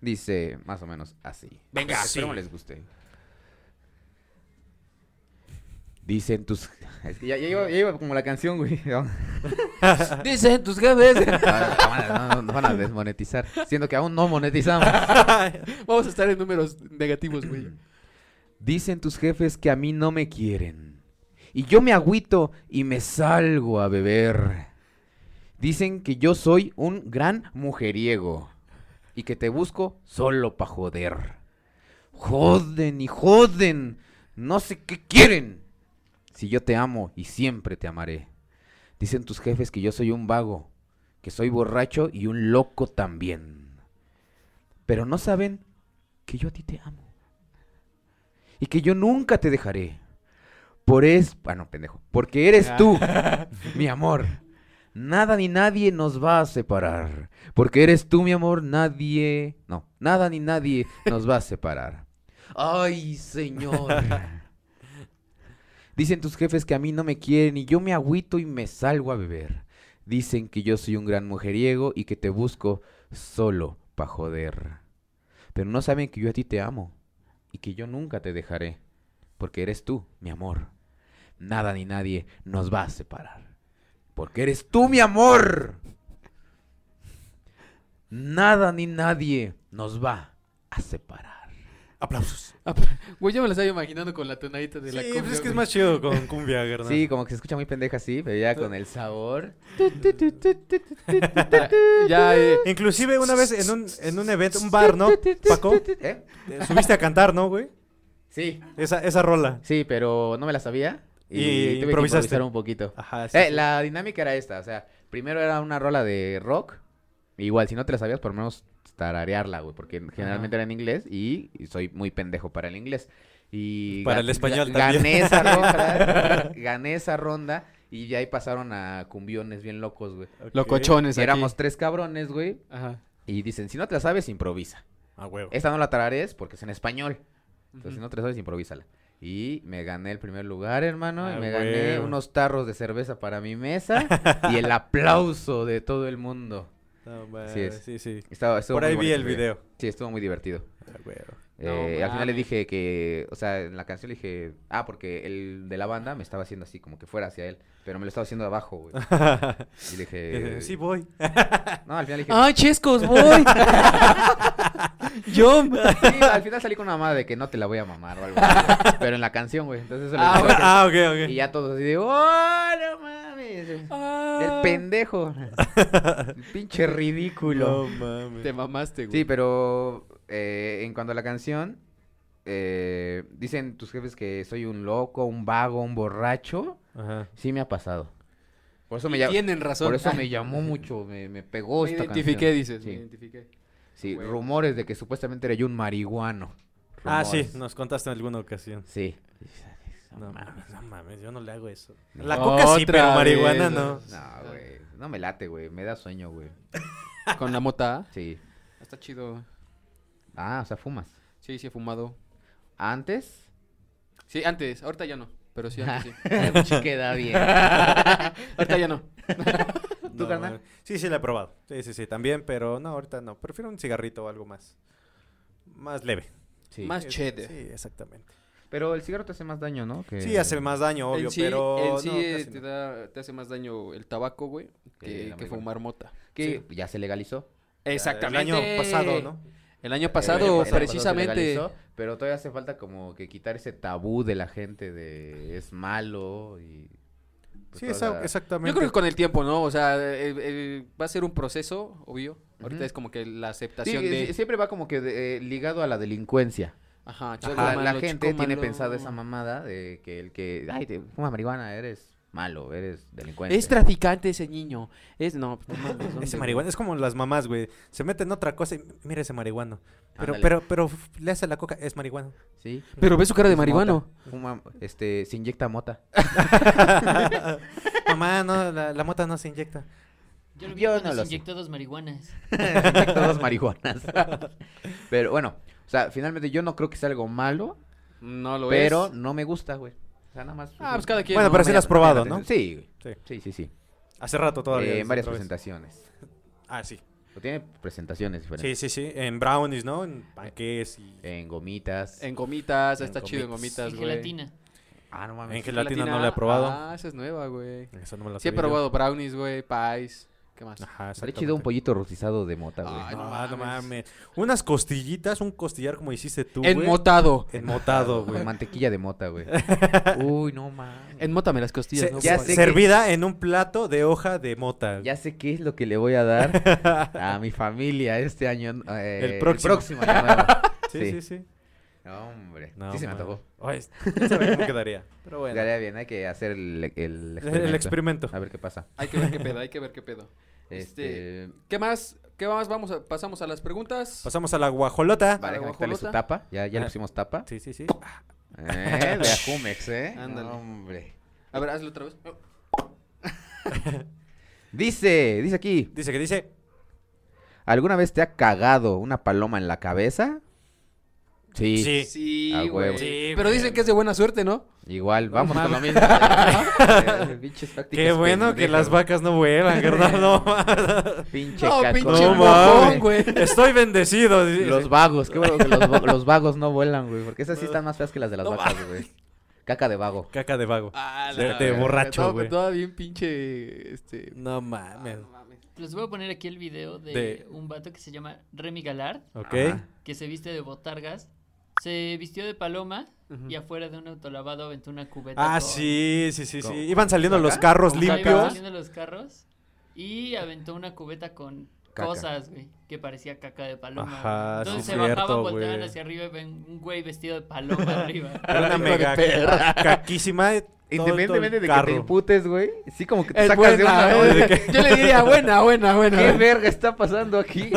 Dice más o menos así. Venga, Espero les guste. Dicen tus... <laughs> Es que ya, ya iba, ya iba como la canción, güey. <laughs> Dicen tus jefes. Ah, Nos van a desmonetizar, siendo que aún no monetizamos. Vamos a estar en números negativos, güey. Dicen tus jefes que a mí no me quieren. Y yo me agüito y me salgo a beber. Dicen que yo soy un gran mujeriego. Y que te busco solo pa' joder. Joden y joden. No sé qué quieren. Si yo te amo y siempre te amaré. Dicen tus jefes que yo soy un vago. Que soy borracho y un loco también. Pero no saben que yo a ti te amo y que yo nunca te dejaré. Por es, ah no, pendejo, porque eres tú, mi amor. Nada ni nadie nos va a separar, porque eres tú, mi amor, nadie, no, nada ni nadie nos va a separar. Ay, señor. Dicen tus jefes que a mí no me quieren y yo me agüito y me salgo a beber. Dicen que yo soy un gran mujeriego y que te busco solo pa' joder. Pero no saben que yo a ti te amo y que yo nunca te dejaré, porque eres tú, mi amor. Nada ni nadie nos va a separar, porque eres tú, mi amor. Nada ni nadie nos va a separar. Aplausos. Güey, yo me lo estaba imaginando con la tonadita <laughs> de sí, la pues cumbia, es que es güey. más chido con cumbia, ¿verdad? Sí, como que se escucha muy pendeja así, pero ya con el sabor. Ya, eh, Inclusive una vez en un, en un evento, un bar, ¿no? Paco, ¿Eh? te subiste a cantar, ¿no, güey? Sí, Esa, esa rola. sí, pero no me la sabía y, Y tuve que improvisaste. improvisar un poquito. Ajá, sí, Eh, sí. la dinámica era esta, o sea, primero era una rola de rock. Igual, si no te la sabías, por lo menos tararearla, güey, porque generalmente era en inglés y y soy muy pendejo para el inglés. Y Para ga- el español ga- también. Gané esa <laughs> ronda, gané esa ronda y ya ahí pasaron a cumbiones bien locos, güey. Ok. Pues locochones aquí. Éramos tres cabrones, güey, Ajá. y dicen, si no te la sabes, improvisa. Ah, huevo. Esta no la tararees porque es en español. Entonces, si Ujú. no te la sabes, improvísala. Y me gané el primer lugar, hermano. Ah, y me gané huevo. unos tarros de cerveza para mi <laughs> mesa. y el aplauso de todo el mundo. No, Así es. mames, sí, sí. Estaba, estuvo Por muy ahí vi bonito el video. Sí, estuvo muy divertido. Ah, huevo. No Eh, al final le mames. dije que, o sea, en la canción le dije, ah, porque el de la banda me estaba haciendo así, como que fuera hacia él, pero me lo estaba haciendo de abajo, güey. <laughs> Y le dije, Ah, Eh, sí, voy. no, al final le dije, Ah. Ay, chescos, <laughs> voy. Yo. sí, al final salí con una madre de que no te la voy a mamar o algo <laughs> así, pero en la canción, güey. Entonces eso le Ah, dije, bueno. Ah, ok, ok. Y ya todos así de, ¡oh, no mames! Ah. Ah. El <laughs> pendejo. El pinche ridículo. No mames. Te mamaste, güey. Sí, pero eh, en cuanto a la canción, eh, dicen tus jefes que soy un loco, un vago, un borracho. Ajá. Sí me ha pasado. Por eso me, Y llam- Tienen razón. por eso Ah, me llamó mucho, me, me pegó me esta identifiqué, canción. dices. Me Sí, identifiqué. sí, Güey. rumores de que supuestamente era yo un marihuano. Ah, sí, Rumores. nos contaste en alguna ocasión. Sí. No mames, no mames, yo no le hago eso. La No. coca sí, Otra pero marihuana vez. no. No, güey. No me late, güey. Me da sueño, güey. Con la mota. Sí. Está chido. Ah, o sea, fumas. Sí, sí, he fumado. <laughs> Antes. Sí, antes. Ahorita ya no. Pero sí, <laughs> antes sí. Eh, pues queda bien. Ahorita ya no. ¿Tú, No, carnal? mames. Sí, sí, la he probado. Sí, sí, sí, también, pero no, ahorita no. Prefiero un cigarrito o algo más. Más leve. Sí. Más Es- cheddar. Sí, exactamente. Pero el cigarro te hace más daño, ¿no? Que- Sí, hace más daño, obvio, en sí, pero. en sí, no, eh, casi te, no. da- te hace más daño el tabaco, güey, Que que, la que marihuana. fumar mota. Que ya se legalizó. Exactamente. El año pasado, ¿no? El año El año pasado, se precisamente. legalizó, pero todavía hace falta como que quitar ese tabú de la gente de es malo y... pues sí, toda esa- la- exactamente. Yo creo que con el tiempo, ¿no? O sea, eh, eh, va a ser un proceso, obvio. Ahorita Ujú. es como que la Sí, aceptación eh, de... sí, siempre va como que de- eh, ligado a la delincuencia. Ajá, La- chicómalo, la gente tiene chicómalo. pensado esa mamada de que el que, ay, te fumas marihuana, eres malo, eres delincuente. Es traficante ese niño. Es no. pues, no mames, ¿dónde, Ese güey? marihuana es como las mamás, güey. Se meten en otra cosa y mira ese marihuano. Pero, Ándale. pero, pero f- le hace la coca, es marihuano. <laughs> Sí. Pero ve su cara de Es mota. marihuano. Fuma, este, se inyecta mota. Mamá, no, la, la mota no se inyecta. Yo lo vi Yo con no los lo sé. inyectados marihuanas. <laughs> Todos marihuanas. <laughs> Pero bueno, o sea, finalmente yo no creo que sea algo malo, No lo pero es. no me gusta, güey. O sea, nada más. Ah, pues cada quien. Bueno, ¿no? pero sí Me- la has probado, ¿no? Sí, güey. Sí. Sí, sí, sí. Hace rato Eh, todavía. en varias otra vez. presentaciones. Ah, sí. Lo tiene presentaciones Sí, diferentes. sí, sí. En brownies, ¿no? En panqués y... En gomitas. En gomitas, En está chido en gomitas. gomitas, En güey. gelatina. Ah, no mames. En gelatina no la he probado. Ah, esa es nueva, güey. Eso no me lo Sí he sabía yo. probado brownies, güey, pies. ¿Qué más? Ajá, Estaría chido un exactamente. pollito rostizado de mota, güey. Ay, No, no no mames. mames. Unas costillitas, un costillar como hiciste tú, güey. <laughs> Enmotado. <laughs> Enmotado, Con güey. mantequilla de mota, <laughs> güey. Uy, no mames. Enmótame las costillas. Se- no ya puedo. sé que- Servida en un plato de hoja de mota. Ya sé qué es lo que le voy a <laughs> dar a mi familia este año. eh, El próximo. año nuevo. <laughs> sí, sí, sí. sí. No, hombre. No, sí se me mames. antojó. Ay, quién sabe <laughs> cómo quedaría. Pero bueno. Quedaría bien, hay que hacer el, el experimento. El experimento. A ver qué pasa. <laughs> Hay que ver qué pedo, hay que ver qué pedo. Este, Este, ¿Qué más? ¿Qué más? Vamos a- pasamos a las preguntas. Pasamos a la guajolota. Vale, la conectarle su guajolota. tapa. Ya, ya le Ah. pusimos tapa. Sí, sí, sí. Eh, de Ajumex, ¿eh? Ándale. No, hombre. A ver, hazlo otra vez. Oh, Dice, dice aquí. Dice que dice. ¿Alguna vez te ha cagado una paloma en la cabeza? Sí. Sí. Sí, A güey. huevo. Sí, Pero dicen que es de buena suerte, ¿no? Igual, vamos con lo mismo. Eh, Pinches tácticas Qué bueno que pendejas. las vacas no vuelan, <laughs> ¿verdad? No, <laughs> mames. Pinche No, caco. pinche no Chingón, mames. güey. Estoy bendecido. dice. Los vagos, qué bueno que los, va- los vagos no vuelan, güey. Porque esas sí están más feas que las de las vacas, güey. Caca de vago. Caca de vago. Ah, De- de borracho, todo- güey. todo bien pinche, este... No ah, mames. no mames. Les voy a poner aquí el video de, De- un vato que se llama Remy Galard, Ok. Ajá. que se viste de botargas, se vistió de paloma y afuera de un autolavado aventó una cubeta. Ah, con- sí, sí, sí, sí. ¿Con- Iban saliendo con los caca? carros Ajá, iba limpios. <laughs> saliendo los carros y aventó una cubeta con Caca. cosas, güey, que parecía caca de paloma. Ajá, güey. Entonces sí, se bajaban, cierto, volteaban güey. hacia arriba y ven un güey vestido de paloma <laughs> arriba. Era una mega caquísima. todo- todo el Independientemente de que carro. te imputes, güey. Sí, como que te Es sacas de buena, una. ¿eh? güey, de que, Yo le diría buena, buena, <laughs> <laughs> buena. ¿Qué verga está pasando aquí?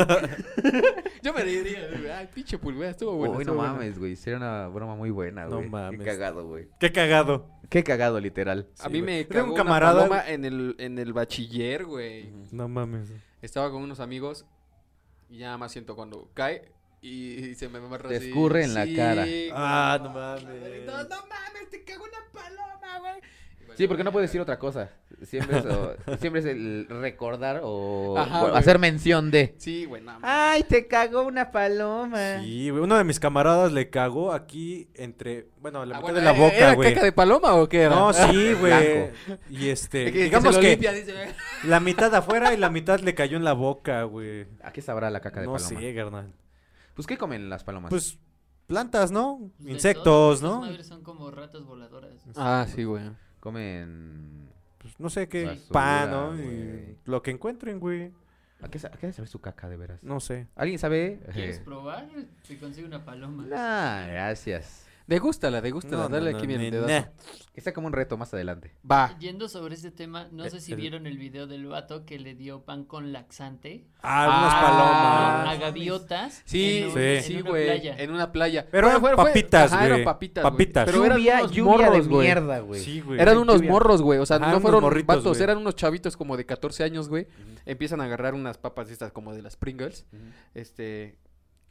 Yo me diría, güey, ay, pinche pulvera, estuvo bueno. Uy, no mames, güey. Sería una broma muy buena, No güey. mames. Qué cagado, güey. Qué cagado. Qué cagado, literal. Ah, A Sí, mí güey. me Tengo cagó un una camarada- paloma en el, en el bachiller, güey. No mames. Estaba con unos amigos y ya nada más siento cuando cae y, y se me amarra Te así. escurre en la cara. Ah, güey, no mames. y todos, No mames, te cago una paloma, güey. Y valió Sí, porque no verga. puedes decir otra cosa. Siempre es, <laughs> o- siempre es el recordar o, Ajá, o güey. hacer mención de. <laughs> Sí, güey, no mames. Ah, Ay, te cagó una paloma. Sí, güey. Uno de mis camaradas le cagó aquí entre. Bueno, a la Ah, mitad bueno, de la ¿era- ¿Era boca, güey. caca de paloma o qué era? <laughs> No, sí, güey. Blanco. Y este. Que- que se digamos lo que limpia, dice, güey. la mitad afuera y la mitad le cayó en la boca, güey. ¿A qué sabrá la caca de No paloma? sé, carnal. Pues, ¿qué comen las palomas? Pues plantas, ¿no? De Insectos, todas ¿no? Las madres son como ratas voladoras. Ah, sí, güey. comen... Pues, no sé qué. Basura, Pan, ¿no? güey. Y lo que encuentren, güey. ¿A qué, sa- a qué sabe su caca, de veras? No sé. ¿Alguien sabe? ¿Quieres Eh, probar? Te consigo una paloma. Nah, gracias. Degústala, No, degústala, no, dale no, aquí ni bien. dedazo. nah. Está como un reto más adelante. Va. Yendo sobre este tema, no Eh, sé si el- vieron el video del vato que le dio pan con laxante Ah, unas a, a palomas. gaviotas Sí, en, un- Sí. en sí, una güey. playa. En una playa. Pero eran papitas, ajá, güey. eran papitas. güey. Papitas. Pero eran lluvia, unos lluvia morros, de güey. mierda, güey. Sí, güey. Eran unos morros, güey. O sea, Ajá, no unos fueron morritos, vatos, güey. eran unos chavitos como de 14 años, güey. Empiezan a agarrar unas papas estas como de las Pringles. Este.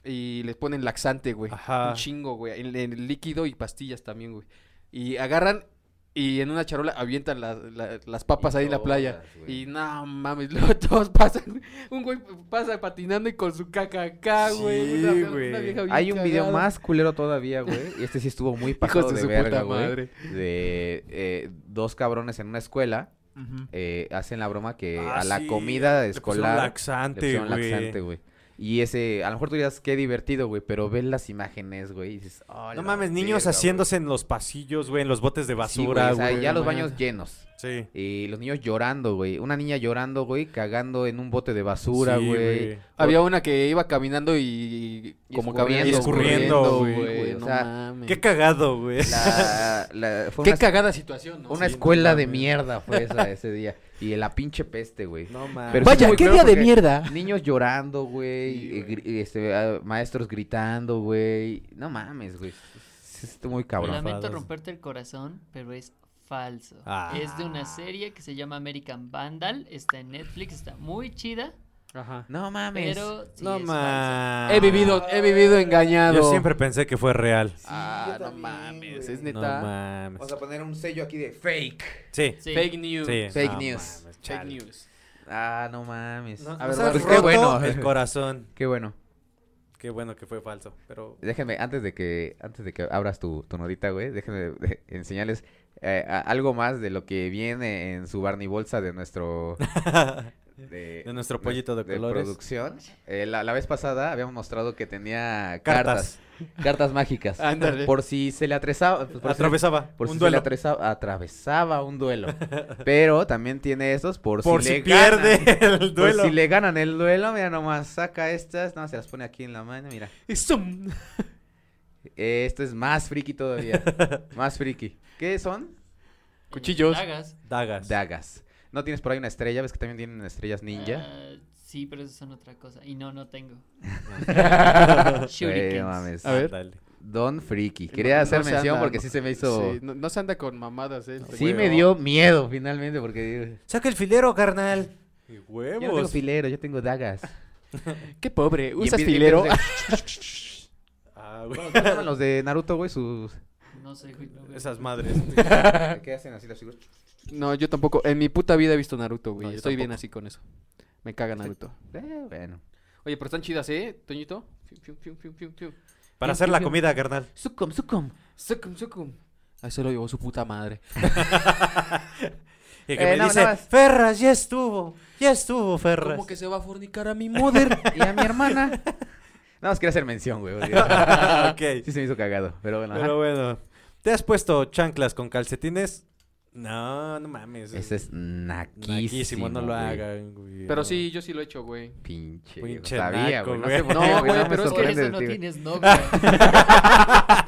Y les ponen laxante, güey. Ajá. Un chingo, güey. En, en líquido y pastillas también, güey. Y agarran y en una charola avientan las- la- las papas Y ahí en la playa. todas, güey. Y no mames, <laughs> luego todos pasan. güey. Un güey pasa patinando y con su caca acá, Sí, güey. Una- una güey. vieja bien Hay un video cagada. más culero todavía, güey. Y este sí estuvo <laughs> muy pasado Hijos de de, su verga, puta güey. madre. De eh, dos cabrones en una escuela Ujú. eh, hacen la broma que Ah, a la sí, comida le escolar pusieron le laxante, pusieron güey. laxante, güey. Y ese, a lo mejor tú dirías qué divertido, güey, pero ves las imágenes, güey, y dices, "Ah, la No mames, niños verga, haciéndose en los pasillos, güey, en los botes de güey". Sí, güey, basura, o sea, güey. ya los no mames. baños llenos. Sí. Y los niños llorando, güey. Una niña llorando, güey, cagando en un bote de basura, Sí, güey. Había una que iba caminando y, Y como escurriendo, caminando. y escurriendo, güey, güey, No o sea, mames. Qué cagado, güey. La, la- fue Qué una, cagada situación, ¿no? una Sí, no escuela de mames. mierda fue esa ese día. Y la pinche peste, güey. No mames. Pero- Vaya, muy qué feo día de porque- mierda. Niños llorando, güey. Sí, eh, güey. gri- este, ah, maestros gritando, güey. No mames, güey. Es, es- es muy cabrón. Lamento Fadas. romperte el corazón, pero es falso. Ah. Es de una serie que se llama American Vandal, está en Netflix, está muy chida, Ajá. No mames. pero <laughs> sí no es falsa. mames. He vivido, he vivido engañado. Yo siempre pensé que fue real. Ah, yo no también, mames, güey. es No neta. mames. Vamos a poner un sello aquí de fake. Sí. Sí. Fake news. sí. Fake no news. mames, Fake chale. news. Ah, no mames. No- a nos ver, has pues, qué roto <laughs> bueno. El corazón. Qué bueno. Qué bueno que fue falso, pero... Déjenme, antes de que, antes de que abras tu, tu nodita, güey, déjenme de- enseñarles eh, a- algo más de lo que viene en su Barney Bolsa de <laughs> nuestro... De, De nuestro pollito de colores. producción. Eh, la, la vez pasada habíamos mostrado que tenía <laughs> cartas, cartas, mágicas. Ándale. Por si se le atrasaba, por si- Ah, Atravesaba por un si se le duelo. atrasa- atravesaba un <laughs> duelo. Pero también tiene estos por, por si, si, le pierde ganan. el Por duelo. si le ganan el duelo, mira nomás, saca estas, no, se las pone aquí en la mano, mira. Esto es más friki <laughs> todavía. más friki. ¿Qué son? Cuchillos. Dagas. Dagas. <laughs> Dagas. ¿No tienes por ahí una estrella? ¿Ves que también tienen estrellas <laughs> ninja? Ah, sí, pero eso son otra cosa. Y no, no tengo. Güey, no Shurikens. mames. A ver. Dale. Don Friki. Quería hacer no se mención anda, porque no- sí se me hizo... Sí, no, no se anda con mamadas, eh, este él. Sí Huevo. me dio miedo finalmente porque... Saca el filero, carnal. Yo no tengo Huevos. filero, yo tengo dagas. Qué pobre. Y Usas empie- filero. empiezas de- Ah, güey. ¿Cómo se llaman los de Naruto, güey? <laughs> Sus... No sé, güey. no veo. Esas madres. ¿Qué hacen así las figuras? <laughs> No, yo tampoco. En mi puta vida he visto Naruto, güey. No, yo Estoy bien tampoco. así con eso. Me caga Naruto. Eh, bueno. Oye, pero están chidas, ¿eh, Toñito? Fiu, fiu, fiu, fiu, fiu, fiu. Para hacer la comida, carnal. Sucum, sucum. Sucum, sucum. Ahí se lo llevó su puta madre. Y Eh, que me no, dice, no, es- Ferras, ya estuvo. Ya estuvo, Ferras. <laughs> ¿Cómo que se va a fornicar a mi mother? <laughs> Y a mi hermana. Nada más quería hacer mención, güey. porque- Ah, ok. Sí se me hizo cagado, pero bueno. ajá. Pero bueno. ¿Te has puesto chanclas con calcetines? No, no mames. Ese es naquísimo. Naquísimo, no lo güey. hagan, güey. Pero no. sí, yo sí lo he hecho, güey. Pinche. Pinche lo sabía, naco, güey. No güey. sé por No, qué, güey, no me pero es que Por sorprende eso de no ti, güey. tienes novia. <laughs>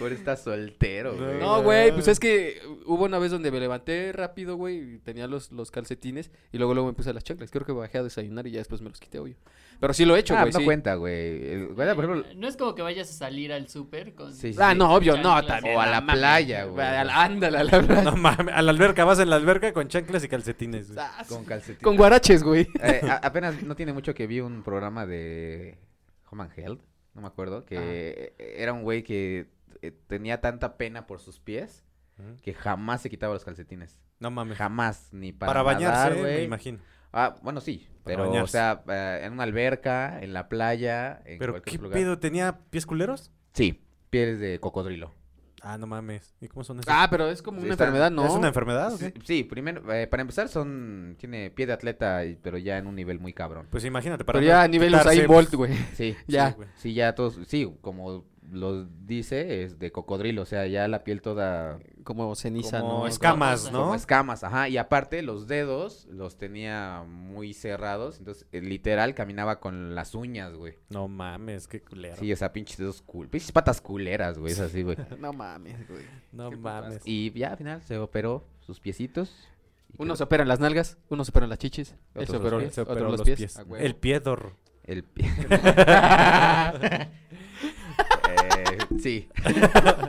Por estar soltero, No, güey. No, güey, pues es que hubo una vez donde me levanté rápido, güey, y tenía los, los calcetines y luego luego me puse las chanclas. Creo que bajé a desayunar y ya después me los quité, obvio. Pero sí lo he hecho, Ah, güey. no sí. cuenta, güey. El- Cuenta, por ejemplo. No es como que vayas a salir al súper con. Sí, sí. Ah, no, obvio, no, Chanclas. también. O a la mames, playa, güey. a la- Ándale, a la playa. No mames, a la alberca, vas en la alberca con chanclas y calcetines. güey. Ah, Con calcetines. Con guaraches, güey. <laughs> Eh, a- apenas no tiene mucho que vi un programa de Home and Health, no me acuerdo, que era un güey que eh, tenía tanta pena por sus pies Ujú. que jamás se quitaba los calcetines. No mames. Jamás, ni para, Para nadar, bañarse, me güey. imagino. Ah, bueno, sí, Para pero o bañarse. sea, eh, en una alberca, en la playa, en Pero cualquier ¿qué lugar. pedo? ¿Tenía pies culeros? Sí, pies de cocodrilo. Ah, no mames. ¿Y cómo son esos? Ah, pero es como Sí, una está- enfermedad, ¿no? ¿Es una enfermedad? o qué? Sí, sí, primero, eh, para empezar son tiene pie de atleta, y- pero ya en un nivel muy cabrón. Pues imagínate, para Pero ya no a nivel quitarse- Usain Bolt, güey. <laughs> Sí, Ya. Sí, sí, ya todos, sí, como lo dice, es de cocodrilo, o sea, ya la piel toda Como ceniza, Como ¿no? escamas, como ¿no? escamas, ajá, y aparte los dedos los tenía muy cerrados, entonces eh, literal caminaba con las uñas, güey. No mames, qué culero. Sí, o sea, pinches dedos cul, pinches patas culeras, güey, es así, <laughs> güey. No mames, güey. no mames. Y ya al final se operó sus piecitos. y Unos se quedó operan las nalgas, unos se operan las chichis, Otros los pies. otros los pies, Se operó otros los los pies. pies. Ah, güey. El piedor. <laughs> el pie. <laughs> Eh, sí. <laughs>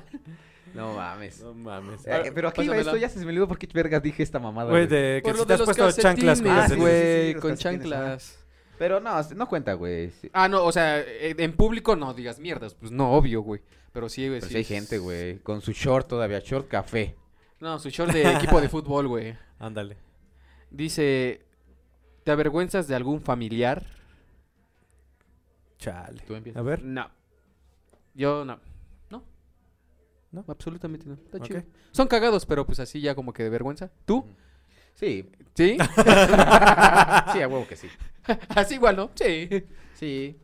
no mames. No mames. Ah, Eh, pero aquí iba pásamela. esto ya se me olvidó por qué vergas dije esta mamada. Güey, güey. de que Por si lo te de has los puesto chanclas con calcetines. calcetines, Ah, sí, sí, sí, güey, los con calcetines, ajá. chanclas. Pero no, no cuenta, güey. Sí. Ah, no, o sea, eh, en público no digas mierdas, pues no, obvio, güey. Pero sí, güey. Pero pues sí sí hay es- gente, güey, con su short todavía, short café. No, su short de equipo de fútbol, güey. Ándale. Dice, ¿te avergüenzas de algún familiar? Chale. Tú empiezas. A ver. No. Yo no. No. ¿No? Absolutamente no. Está Ok. chido. Son cagados, pero pues así ya como que de vergüenza. ¿Tú? Sí, ¿Sí? <laughs> sí, a huevo que sí. así igual, ¿no? Sí. Sí.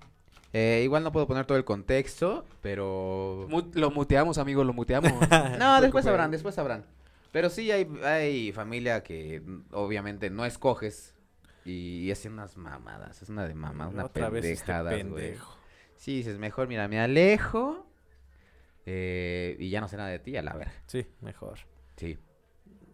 Eh, igual no puedo poner todo el contexto, pero... Mu- lo muteamos, amigo, lo muteamos. <laughs> No, después sabrán, después sabrán. Pero sí hay, hay familia que mm, obviamente no escoges y, y hace unas mamadas, es una de mamá, una Otra vez este pendejada, güey. pendejo. Sí, dices, mejor mira, me alejo eh, y ya no sé nada de ti, a la verga. Sí, mejor. Sí.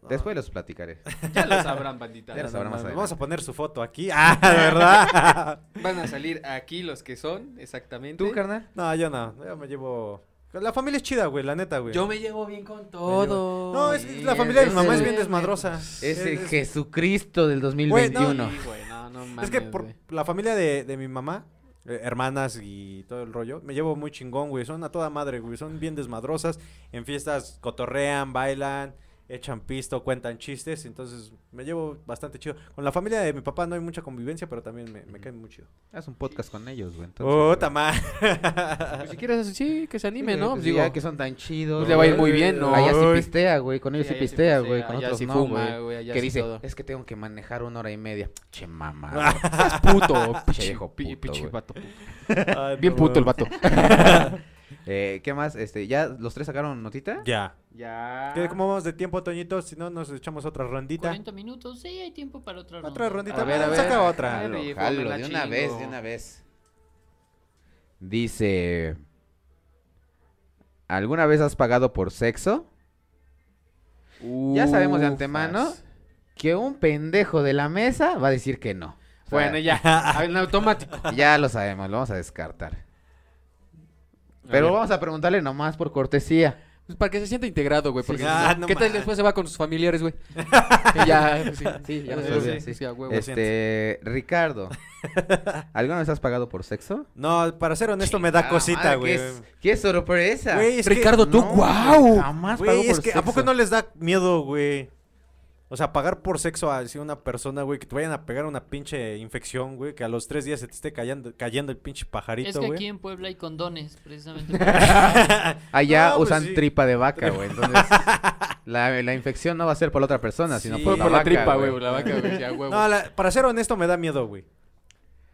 Ah. Después los platicaré. ya lo sabrán, bandita. Ya lo sabrán más Vamos adelante. a poner su foto aquí. <laughs> Ah, de verdad. <laughs> Van a salir aquí los que son, exactamente. ¿Tú, carnal? no, yo no. Yo me llevo. La familia es chida, güey, la neta, güey. Yo me llevo bien con Me llevo- todo. No, es que la Sí, familia de mi es mamá es el- bien desmadrosa. Es el es- Jesucristo del Güey, no, 2021. Sí, güey, no, no mames, Es que por Ah. güey. la familia de, de mi mamá, eh, hermanas y todo el rollo, me llevo muy chingón, güey. Son a toda madre, güey. Son bien desmadrosas. En fiestas cotorrean, bailan. echan pisto, cuentan chistes, entonces me llevo bastante chido. Con la familia de mi papá no hay mucha convivencia, pero también me, me caen muy chido. Haz un podcast con ellos, güey. entonces, ¡Oh, güey. tamá! <laughs> Pues si quieres, sí, que se anime, Sí, ¿no? pues, Digo, ya que son tan chidos. Pues le va a ir muy güey. bien, ¿no? Allá sí Ay. pistea, güey. Con ellos sí, allá sí pistea, güey. pistea, Con allá otros sí no, fuma, güey, güey. allá Que sí dice, todo. Ah. es que tengo que manejar una hora y media. Che, mamá. Estás Pinche puto, <laughs> pinche viejo pi- puto, pinche güey. vato. Ay, Bien no puto el mames. vato. eh, ¿Qué más? Este, ¿Ya los tres sacaron notita? Ya. Ya. ¿Qué, ¿Cómo vamos de tiempo, Toñito? Si no, nos echamos otra rondita. 40 minutos, sí, hay tiempo para otra ronda. Otra rondita. A ver, a más, ver. Ah, Saca otra. Ay, Jalo, viejo, jalo, me la de una chingo. vez, de una vez. Dice... ¿Alguna vez has pagado por sexo? Ya sabemos de antemano Ufas. Que un pendejo de la mesa va a decir que no. O sea, <laughs> Bueno, ya. En automático. Ya lo sabemos, lo vamos a descartar. Pero ver. vamos a preguntarle nomás por cortesía. pues, para que se sienta integrado, güey. Porque Sí. si Ah, no, no ¿Qué tal ma- después se va con sus familiares, güey? Y ya, pues, sí, sí, ya Sí, sí, sí, sí, sí. sí, a huevo. Este, <laughs> Ricardo, ¿alguna vez has pagado por sexo? No, para ser honesto, me da Ah, cosita, madre, güey. Qué, es- qué sorpresa. Güey, es que- Ricardo, tú, No, guau. güey, Jamás pago Güey, por es que ¿a sexo. poco no les da miedo, güey? O sea, pagar por sexo a decir, una persona, güey, que te vayan a pegar una pinche infección, güey, que a los tres días se te esté cayendo, cayendo el pinche Es pajarito, que güey. aquí en Puebla hay condones, <laughs> precisamente. Allá No, pues Ah, usan sí. tripa de vaca, güey. <laughs> Entonces, la, la infección no va a ser por la otra persona, sino Sí. por, Fue la, por la vaca, tripa, güey. güey. La vaca, güey. Ya, huevo. No, la- para ser honesto, me da miedo, güey.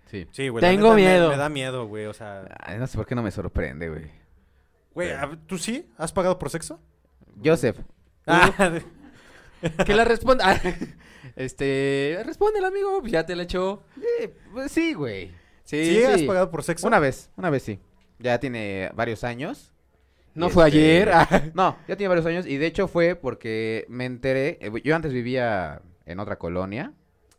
Sí. Sí, güey. Tengo la neta, me- miedo. Me, da miedo, güey, o sea. Ay, no sé por qué no me sorprende, güey. Güey, a- ¿tú sí? ¿Has pagado por sexo? Joseph, Ah, <laughs> Que la responda. <laughs> Ah, este, responde el amigo, pues ya te la echó. eh, pues sí, güey. Sí, ¿sí, has sí. pagado por sexo? Una vez, una vez sí. Ya tiene varios años. Este, No fue ayer. ah. <laughs> No, ya tiene varios años y de hecho fue porque me enteré, eh, yo antes vivía en otra colonia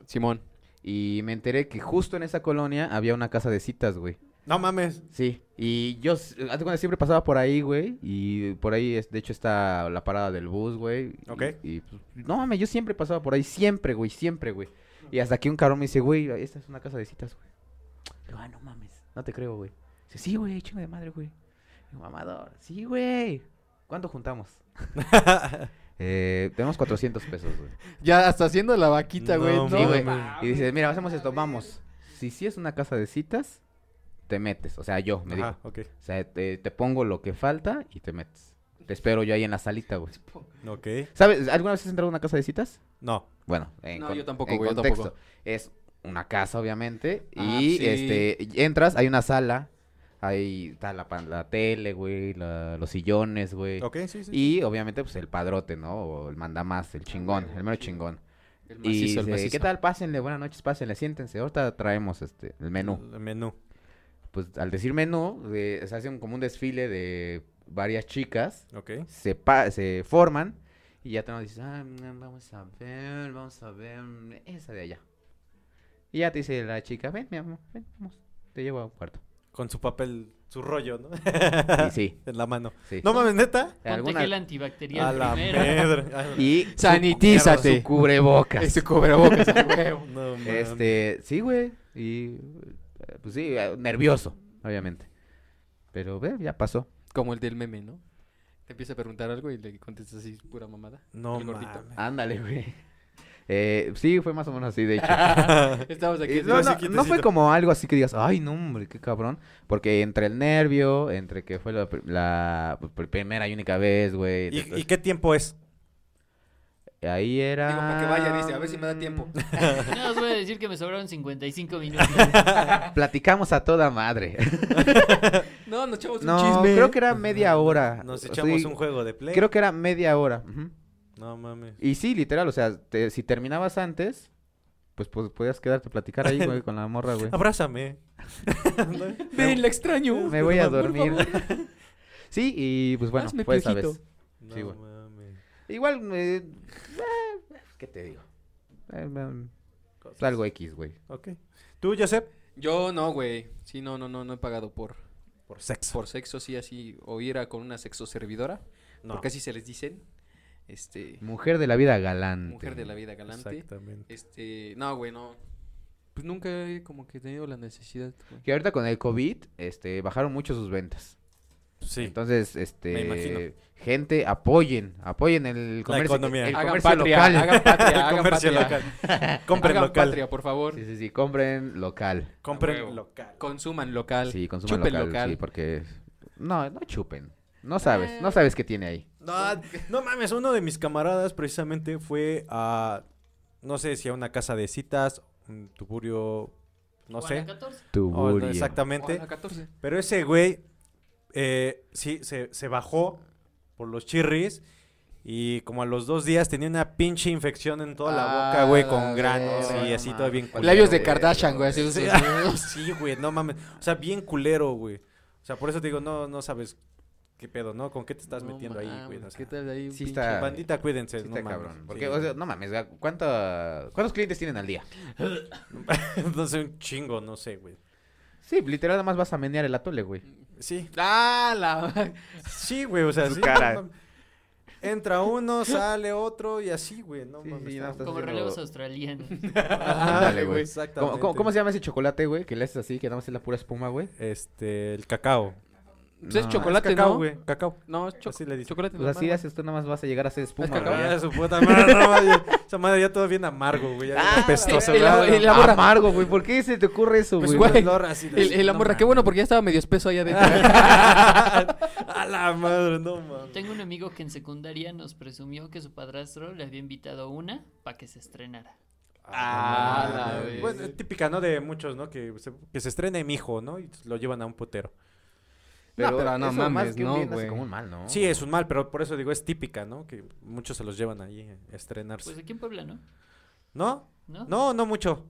Simón. y me enteré que justo en esa colonia había una casa de citas, güey. No mames. Sí, y yo s- haz de cuenta, siempre pasaba por ahí, güey, y por ahí es- de hecho está la parada del bus, güey. y- Ok. Y, pues, no mames, yo siempre pasaba por ahí, siempre, güey, siempre, güey. Y hasta que un cabrón me dice, güey, esta es una casa de citas, güey. Digo, ah, no mames, no te creo, güey. Dice, sí, güey, chingo de madre, güey. Digo, mamador, sí, güey. ¿Cuánto juntamos? Eh, tenemos 400 pesos, güey. Ya hasta haciendo la vaquita, güey. No, No, Sí, güey. mames. Y dice, mira, hacemos esto, vamos. Si sí es una casa de citas, te metes. O sea, yo, me dijo. Ajá, ok. O sea, te, te pongo lo que falta y te metes. Te espero yo ahí en la salita, güey. Ok. ¿Sabes? ¿Alguna vez has entrado a una casa de citas? No. Bueno, en No, con- yo tampoco, en güey, yo contexto. tampoco. Es una casa, obviamente. Ah, y sí. este, y entras, hay una sala. Ahí está la, pan- la tele, güey. la- los sillones, güey. Ok, sí, sí. Y obviamente, pues el padrote, ¿no? O el mandamás, Ah, el chingón, el mero chingón. El y macizo, el dice, macizo. ¿qué <laughs> tal? Pásenle, buenas noches, pásenle, siéntense. Ahorita traemos este, el menú. El menú. Pues al decir menú, eh, se hace un- como un desfile de varias chicas Ok. se, pa- se forman y ya tenemos dices, "Ah, mm, vamos a ver, vamos a ver mm, esa de allá. Y ya te dice la chica, ven, mi amor, ven, vamos, te llevo a un <laughs> cuarto. Con su papel, su rollo, ¿no? <laughs> Y sí, en la mano. sí. No mames, neta. Ponte Alguna- gel A antibacterial la primero. <laughs> <laughs> mierda. Y su- Sanitízate. su <laughs> cubrebocas. Este Ese <laughs> cubrebocas, <laughs> güey. No mames. Este, sí, güey. Y eh, pues sí, eh, nervioso, obviamente. Pero ve, ya pasó. Como el del meme, ¿no? Te empieza a preguntar algo y le contestas así, pura mamada. No el gordito. mames. Ándale, güey. Eh, sí, fue más o menos así, de <laughs> hecho. Ah, Estamos aquí. Eh, así, no, así no, no fue quietecito. como algo así que digas, ay, no, hombre, qué cabrón. Porque entre el nervio, entre que fue la, pr- la pues, pr- primera y única vez, güey. ¿Y, entonces, y qué tiempo es? Ahí era. Digo, para que vaya, dice, a ver si me da tiempo. Nada más voy a decir que me sobraron 55 minutos. <laughs> Platicamos a toda madre. No, nos echamos un no, chisme. creo que era media hora. Nos Ah, Sí, echamos un juego de play. Creo que era media hora. ujú. No mames. Y sí, literal, o sea, te- si terminabas antes, pues, pues podías quedarte a platicar ahí, <laughs> güey, con la morra, güey. Ah, Abrázame. <laughs> No, Ven, la extraño. Me voy a pues, <laughs> Por dormir. favor. <laughs> sí, y pues bueno, Hazme fue esa piojito. vez. Sí, no güey. mames. Igual, eh, eh, ¿qué te digo? Eh, mm, es algo X, güey. Ok. ¿Tú, Josep? Yo no, güey. Sí, no, no, no, no he pagado por, Por sexo. por sexo, sí, así. O ir a con una sexo servidora. No. Porque así se les dicen. Este. Mujer de la vida galante. Mujer de la vida galante. Exactamente. Este. No, güey, no. Pues nunca he como que tenido la necesidad, güey. Que ahorita con el COVID, este, bajaron mucho sus ventas. Sí. Entonces, Me imagino. este, gente, apoyen, apoyen el comercio, economía. el Hagan comercio patria, local. hagan <laughs> patria, El hagan comercio patria. local. Compren Hagan local. patria, por favor. Sí, sí, sí, compren local. Compren A huevo. local. Consuman local. Sí, consuman Chupen local, local. sí, porque no, no chupen. No sabes, no sabes qué tiene ahí. No, no mames, uno de mis camaradas precisamente fue a, no sé si a una casa de citas, un tuburio, no O a la sé. 14. Tu O- buria. exactamente. Ojalá 14. Pero ese güey, eh, sí, se, se bajó por los chirris. Y como a los dos días tenía una pinche infección en toda la Ah, boca, güey, la con granos verga, y no así mames. todo bien culero. Labios de güey. Kardashian, güey. Así, <laughs> Sí, sí. sí, güey, no mames. O sea, bien culero, güey. O sea, por eso te digo, no, no sabes qué pedo, ¿no? ¿Con qué te estás No metiendo ahí, güey? mames, O sea, ¿Qué tal ahí? Sí pinche- está- Bandita, cuídense, Ah, Sí no está mames. cabrón. Porque, Sí. o sea, no mames, ¿cuánta- ¿cuántos clientes tienen al día? <laughs> no sé, un chingo, no sé, güey. Sí, literal, nada más vas a menear el atole, güey. Sí, Ah, la... sí, güey, o sea, sí. no cara. mames. Entra uno, sale otro y así, güey, no Sí, mames. sí, está- no, estás Como haciendo- <laughs> relevos australianos. Ajá, Ándale, güey. Exactamente. ¿Cómo, cómo, cómo se llama ese chocolate, güey? Que le haces así, que nada más es la pura espuma, güey. Este, el cacao. Pues es No, chocolate, cacao, ¿no? güey, cacao. No, es cho- Así le dicen. chocolate. O sea, así normal, haces tú, nada más vas a llegar a hacer espuma, cacao. güey. Ah, <laughs> su puta madre, no, madre, esa madre ya todo bien amargo, güey, ya bien Ah, apestoso, y la- güey. y la morra- amargo, güey. ¿Por qué se te ocurre eso, Pues, Ah, güey? güey, güey. El, el amorra, qué bueno porque ya estaba medio espeso allá adentro. <laughs> a la madre, no mames. Tengo un amigo que en secundaria nos presumió que su padrastro le había invitado una para que se estrenara. <laughs> Ah, la vez. bueno, es típica, ¿no? De muchos, ¿no? Que se, que se estrene mi hijo, ¿no? Y lo llevan a un putero. No, pero no eso mames, que un no, bien hace güey. como un mal, ¿no? Sí, es un mal, pero por eso digo, es típica, ¿no? Que muchos se los llevan ahí a estrenarse. Pues aquí en Puebla, ¿no? ¿No? ¿No? No, no mucho.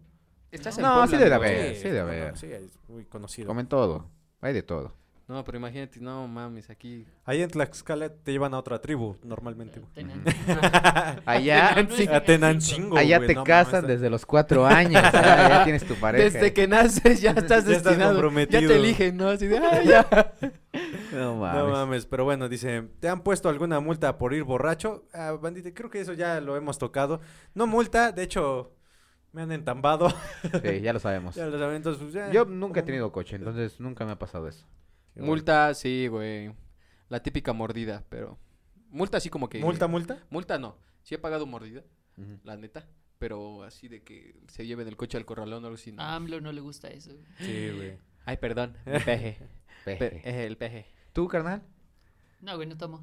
Estás No, en Puebla, sí debe ¿no? haber. sí, de no, no, ver. sí, es muy conocido. Comen todo. Hay de <laughs> todo. No, pero imagínate, no mames, aquí. Ahí en Tlaxcala te llevan a otra tribu, normalmente. <laughs> güey. Tenan- <laughs> Allá, Tenan- <laughs> no es A Tenancingo, allá güey, te no mames, eh. casan está- desde los cuatro años. <laughs> o sea, ya tienes tu pareja. Desde que naces ya Ya estás estás destinado. ya comprometido. te eligen, ¿no? Así de, ah, ya. No mames. No mames, pero bueno, dice, ¿te han puesto alguna multa por ir borracho? Ah, bandita, creo que eso ya lo hemos tocado. No multa, de hecho, me han entambado. Sí, ya lo sabemos. <laughs> Ya lo saben, entonces, pues, ya. Yo nunca he Como- tenido coche, entonces nunca me ha pasado eso. Multa, sí, güey. La típica mordida, pero. Multa, así como que. ¿Multa, multa? Multa no. Sí he pagado mordida, Ujú. la neta. Pero así de que se lleven el coche al corralón o algo así. no. A AMLO no le gusta eso. Sí, güey. Ay, perdón. El peje. Pe- Peje. eh, el peje. ¿Tú, carnal? No, güey, no tomo.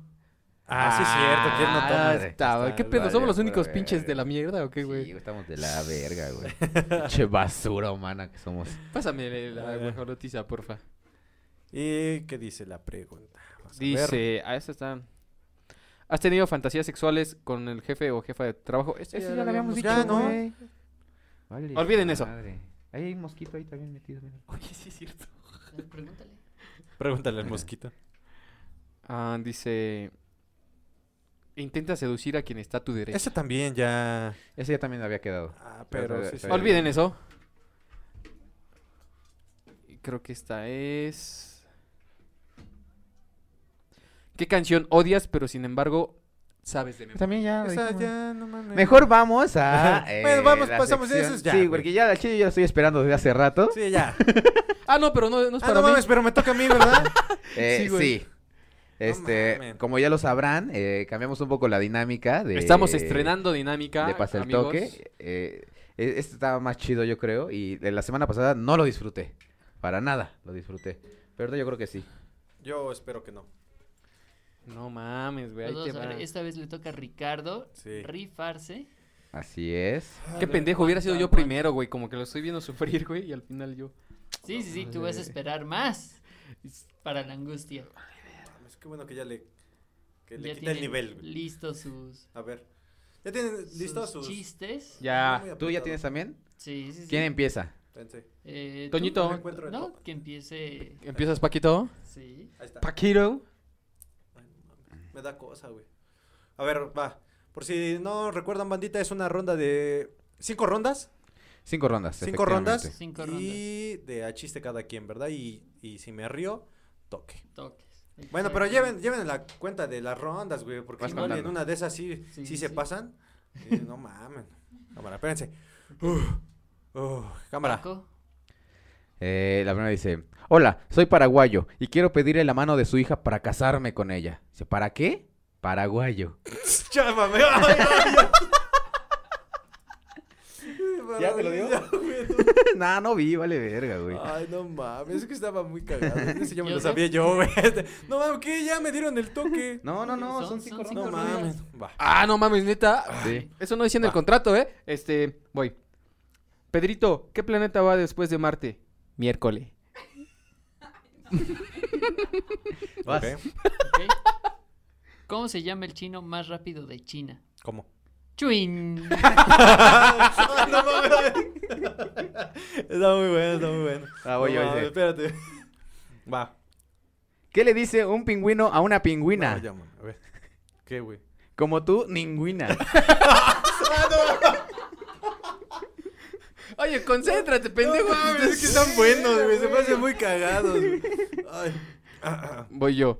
Ah, sí es cierto, ¿quién no toma? Ah, de- está, güey. ¿Qué Está- pedo? vale, ¿Somos los pura únicos verga. pinches de la mierda o qué, güey? Sí, estamos de <laughs> la verga, güey. Pinche basura humana que somos. Pásame A la ver. guajolotiza, porfa. ¿Y qué dice la pregunta? Vamos Pues, a ver. Dice, ah, esta está. ¿Has tenido fantasías sexuales con el jefe o jefa de trabajo? Este Eso ya lo habíamos dicho, ya, ¿no? güey. Vale, Olviden eso. madre. Ahí hay un mosquito ahí también metido. mira. Oye, sí es cierto. Pregúntale. Pregúntale al mosquito. Ah, dice. Intenta seducir a quien está a tu derecha. Ese también ya... Ese ya también había quedado. Ah, Pero pero... se- sí, se- sí. Olviden eso. Y Creo que esta es. ¿Qué canción odias, pero sin embargo sabes de memoria? También ya. lo Esa dijimos. ya, no mames. Mejor vamos a. <laughs> eh, Bueno, vamos, la pasamos, sección- eso es ya, Sí, güey. porque ya la chile yo la estoy esperando desde hace rato. Sí, ya. Ah, no, pero no, no es Ah, para no mí. mames, pero me toca a mí, ¿verdad? Eh, Sí, sí, güey. Este, mames. como ya lo sabrán, eh, cambiamos un poco la dinámica de. Estamos estrenando dinámica. De pasa el amigos. toque. Eh, e- este estaba más chido, yo creo. Y de la semana pasada no lo disfruté. Para nada lo disfruté. Pero ahorita yo creo que sí. <laughs> Yo espero que no. No mames, <laughs> güey. Los ahí te dos, a ver, va. esta vez le toca a Ricardo Sí. rifarse. Así es. Qué pendejo, hubiera sido yo primero, güey. Como que lo estoy viendo sufrir, güey. Y al final yo. Sí, sí, sí, tú vas a esperar más para la angustia. Es que bueno que ya le, que le Ya quita el tienen nivel. güey. Listos sus, A ver. ¿Ya tienen listos sus...? sus chistes. Ya. ¿Tú ya tienes también? Sí, sí, sí. ¿Quién empieza? Pensé. Eh, tú, Toñito. No encuentro el No, papá. que empiece. ¿Empiezas, Paquito? Sí. Ahí está. Paquito. Ay, no mames, Me da cosa, güey. A ver, va. Por si no recuerdan, bandita, es una ronda de... ¿Cinco rondas? Cinco rondas. Cinco rondas. efectivamente. Cinco Y de a chiste cada quien, ¿verdad? Y, y si me río, toque. Toques. Bueno, Exacto. pero lleven, lleven la cuenta de las rondas, güey, porque Vas igual en contando. una de esas sí, sí, Sí, se sí. pasan. <laughs> Eh, no <laughs> mamen. Cámara, espérense. Uf, uf, cámara. Paco, Eh, la primera dice, hola, soy paraguayo y quiero pedirle la mano de su hija para casarme con ella. Dice, ¿para qué? Paraguayo. <laughs> Chámame. ¿Ya te lo dio? <laughs> nah, no vi, vale verga, güey. Ah, Ay, no mames, es que estaba muy cagado. Ese ya me Yo lo sé. sabía yo, güey. <laughs> No mames, ¿qué? Ya me dieron el toque. No, no, no, Son- son son cinco cinco No rondas. mames. Va. Ah, no mames, neta. Sí. Eso no decía en el contrato, ¿eh? Este, voy. Pedrito, ¿qué planeta va después de Marte? Miércoles. Vas. Ok. ¿ok? ¿Cómo se llama el chino más rápido de China? ¿Cómo? <laughs> Chuin. Ay, no mames. <laughs> Está muy bueno, está muy bueno. Ah, voy, No voy, mames, sí. Espérate. Va. ¿Qué le dice un pingüino a una pingüina? No, ya, man, a ver. ¿Qué, güey? Como tú, ningüina. Oye, concéntrate, pendejo. es que están buenos, güey. Se me hacen muy cagados. güey. Ay. Ah, ah. Voy yo.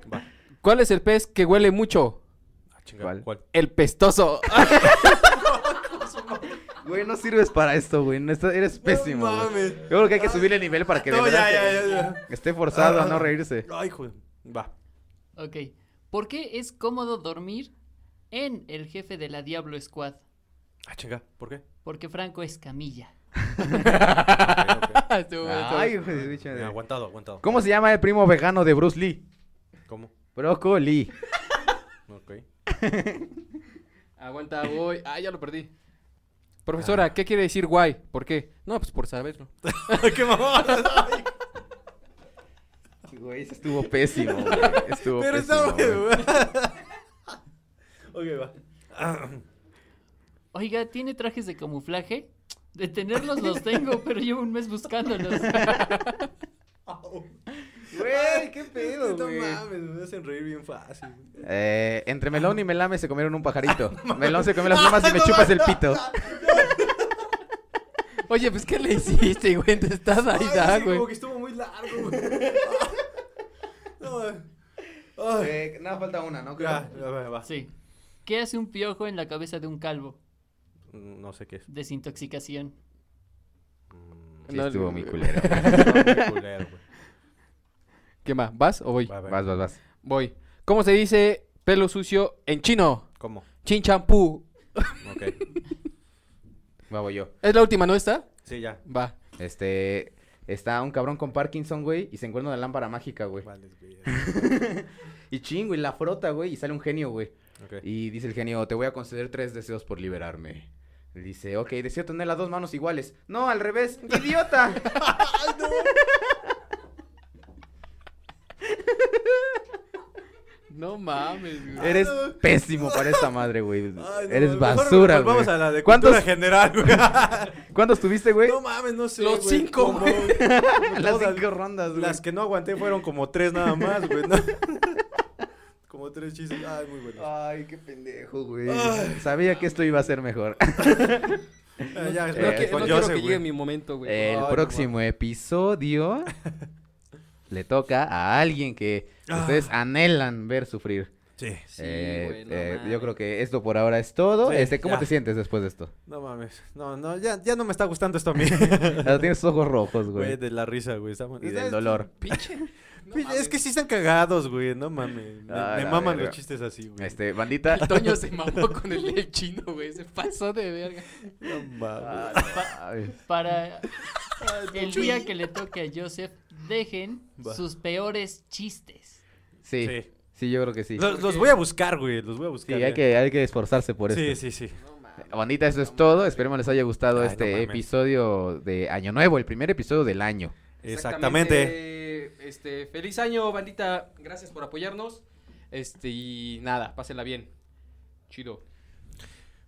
¿Cuál es el pez que huele mucho? Ah, chingada, ¿Cuál? ¿Cuál? El pestoso. <laughs> Güey, no sirves para esto, güey. No está- eres pésimo. güey. mames. Yo creo que hay que subirle el nivel para que de No, ya, verdad ya, te- ya, ya. esté forzado a <laughs> Ah. no reírse. Ay, joder. Va. Ok. ¿Por qué es cómodo dormir en el jefe de la Diablo Squad? Ah, chinga. ¿Por qué? Porque Franco es camilla. Ah, Ay, hijo de bicho. Eh, aguantado, aguantado. ¿Cómo se llama el primo vegano de Bruce Lee? ¿Cómo? Brócoli. Ok. Aguanta, voy. Ah, ya lo perdí. Profesora, Ah. ¿qué quiere decir guay? ¿Por qué? No, pues por saberlo. <laughs> ¡Qué mamada! Güey, ese estuvo pésimo, güey. Estuvo Pero está pésimo. güey. bueno. <laughs> ok, va. Oiga, ¿tiene trajes de camuflaje? De <laughs> tenerlos los tengo, pero llevo un mes buscándolos. <clears throat> Güey, qué pedo, No güey. mames, me hacen reír bien fácil. güey. Eh, entre Melón y Melame se comieron un <laughs> pajarito. Melón se comió las plumas <laughs> y me chupas el pito. Oye, pues ¿qué le hiciste, güey? Te estás ahí, Ay, da, sí, güey. como que estuvo muy largo, güey. <laughs> No, güey. Ay. Eh, nada, falta una, ¿no? Ya, ya, va, va. Sí. ¿Qué hace un piojo en la cabeza de un calvo? No sé qué es. <laughs> Desintoxicación. Sí, No, estuvo no, eh, muy no. culero. güey. Culero, güey. ¿Qué más? ¿Vas o voy? Va, va. Vas, vas, vas. Voy. ¿Cómo se dice pelo sucio en chino? ¿Cómo? Chin champú. Ok. Va, voy yo. ¿Es la última, no está? Sí, ya. Va. Este. Está un cabrón con Parkinson, güey, y se encuentra una lámpara mágica, güey. Vale, güey. Y ching, güey, la frota, güey, y sale un genio, güey. Ok. Y dice el genio, te voy a conceder tres deseos por liberarme. Le Dice, ok, deseo tener las dos manos iguales. No, al <laughs> revés, idiota. No mames, Eh, güey. Eres pésimo para esta madre, güey. Ay, no, Eres mejor basura, güey. Vamos a la de ¿Cuántos, cultura <laughs> general, güey. ¿Cuántos tuviste, güey? No mames, no sé. Los güey, cinco, <laughs> como- güey. como <laughs> las todas. cinco rondas, güey. Las que no aguanté fueron como tres nada más, güey. ¿no? <laughs> como tres chistes. Ay, muy bueno. Ay, qué pendejo, güey. Ay. Sabía que esto iba a ser mejor. Ah, ya, No, espérate, que- con no quiero Jose, que güey. llegue mi momento, güey. El Pues, no próximo <laughs> episodio le toca a alguien que ustedes anhelan ver sufrir. Ah. Sí. Sí, Eh, güey, no eh, mames. yo creo que esto por ahora es todo. Sí, este, ¿Cómo ya. te sientes después de esto? No mames. No, no, ya, ya no me está gustando esto a mí. <laughs> Ahora Ah, tienes los ojos rojos, Güey, güey. de la risa, güey. Estamos... Y del dolor. Pinche. <laughs> <laughs> No Güey, mames. es que sí están cagados, güey. No mames. Me, Ah, me la maman verga. los chistes así, güey. Este, <laughs> bandita. El Toño se mamó con el, del chino, güey. Se pasó de verga. No Ah, mames. Ay, <laughs> Para el día que le toque a Joseph, dejen Va. sus peores chistes. sí, sí, Sí. yo creo que sí. Los, los voy a buscar, güey. Los voy a buscar. Sí, hay ya. que, hay que esforzarse por este. Sí, esto. sí, sí. Bandita, eso es todo. Esperemos les haya gustado Ay, no este mames. episodio de Año Nuevo, el primer episodio del año. Exactamente. Este, feliz año, bandita. Gracias por apoyarnos. Este, y nada, pásenla bien. Chido.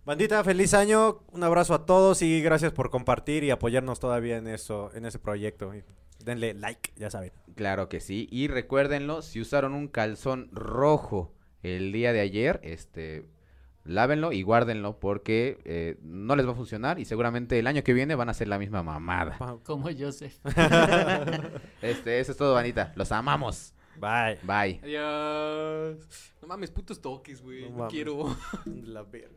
Bandita, feliz año. Un abrazo a todos y gracias por compartir y apoyarnos todavía en eso, en ese proyecto. Y Denle like, ya saben. Claro que sí. Y recuérdenlo, si usaron un calzón rojo el día de ayer, este, lávenlo y guárdenlo porque eh, no les va a funcionar y seguramente el año que viene van a hacer la misma mamada. Como Joseph. Este, eso es todo, Vanita. Los amamos. Bye. Bye. Adiós. No mames, putos toques, güey. No <laughs> No, mames. quiero. La verga.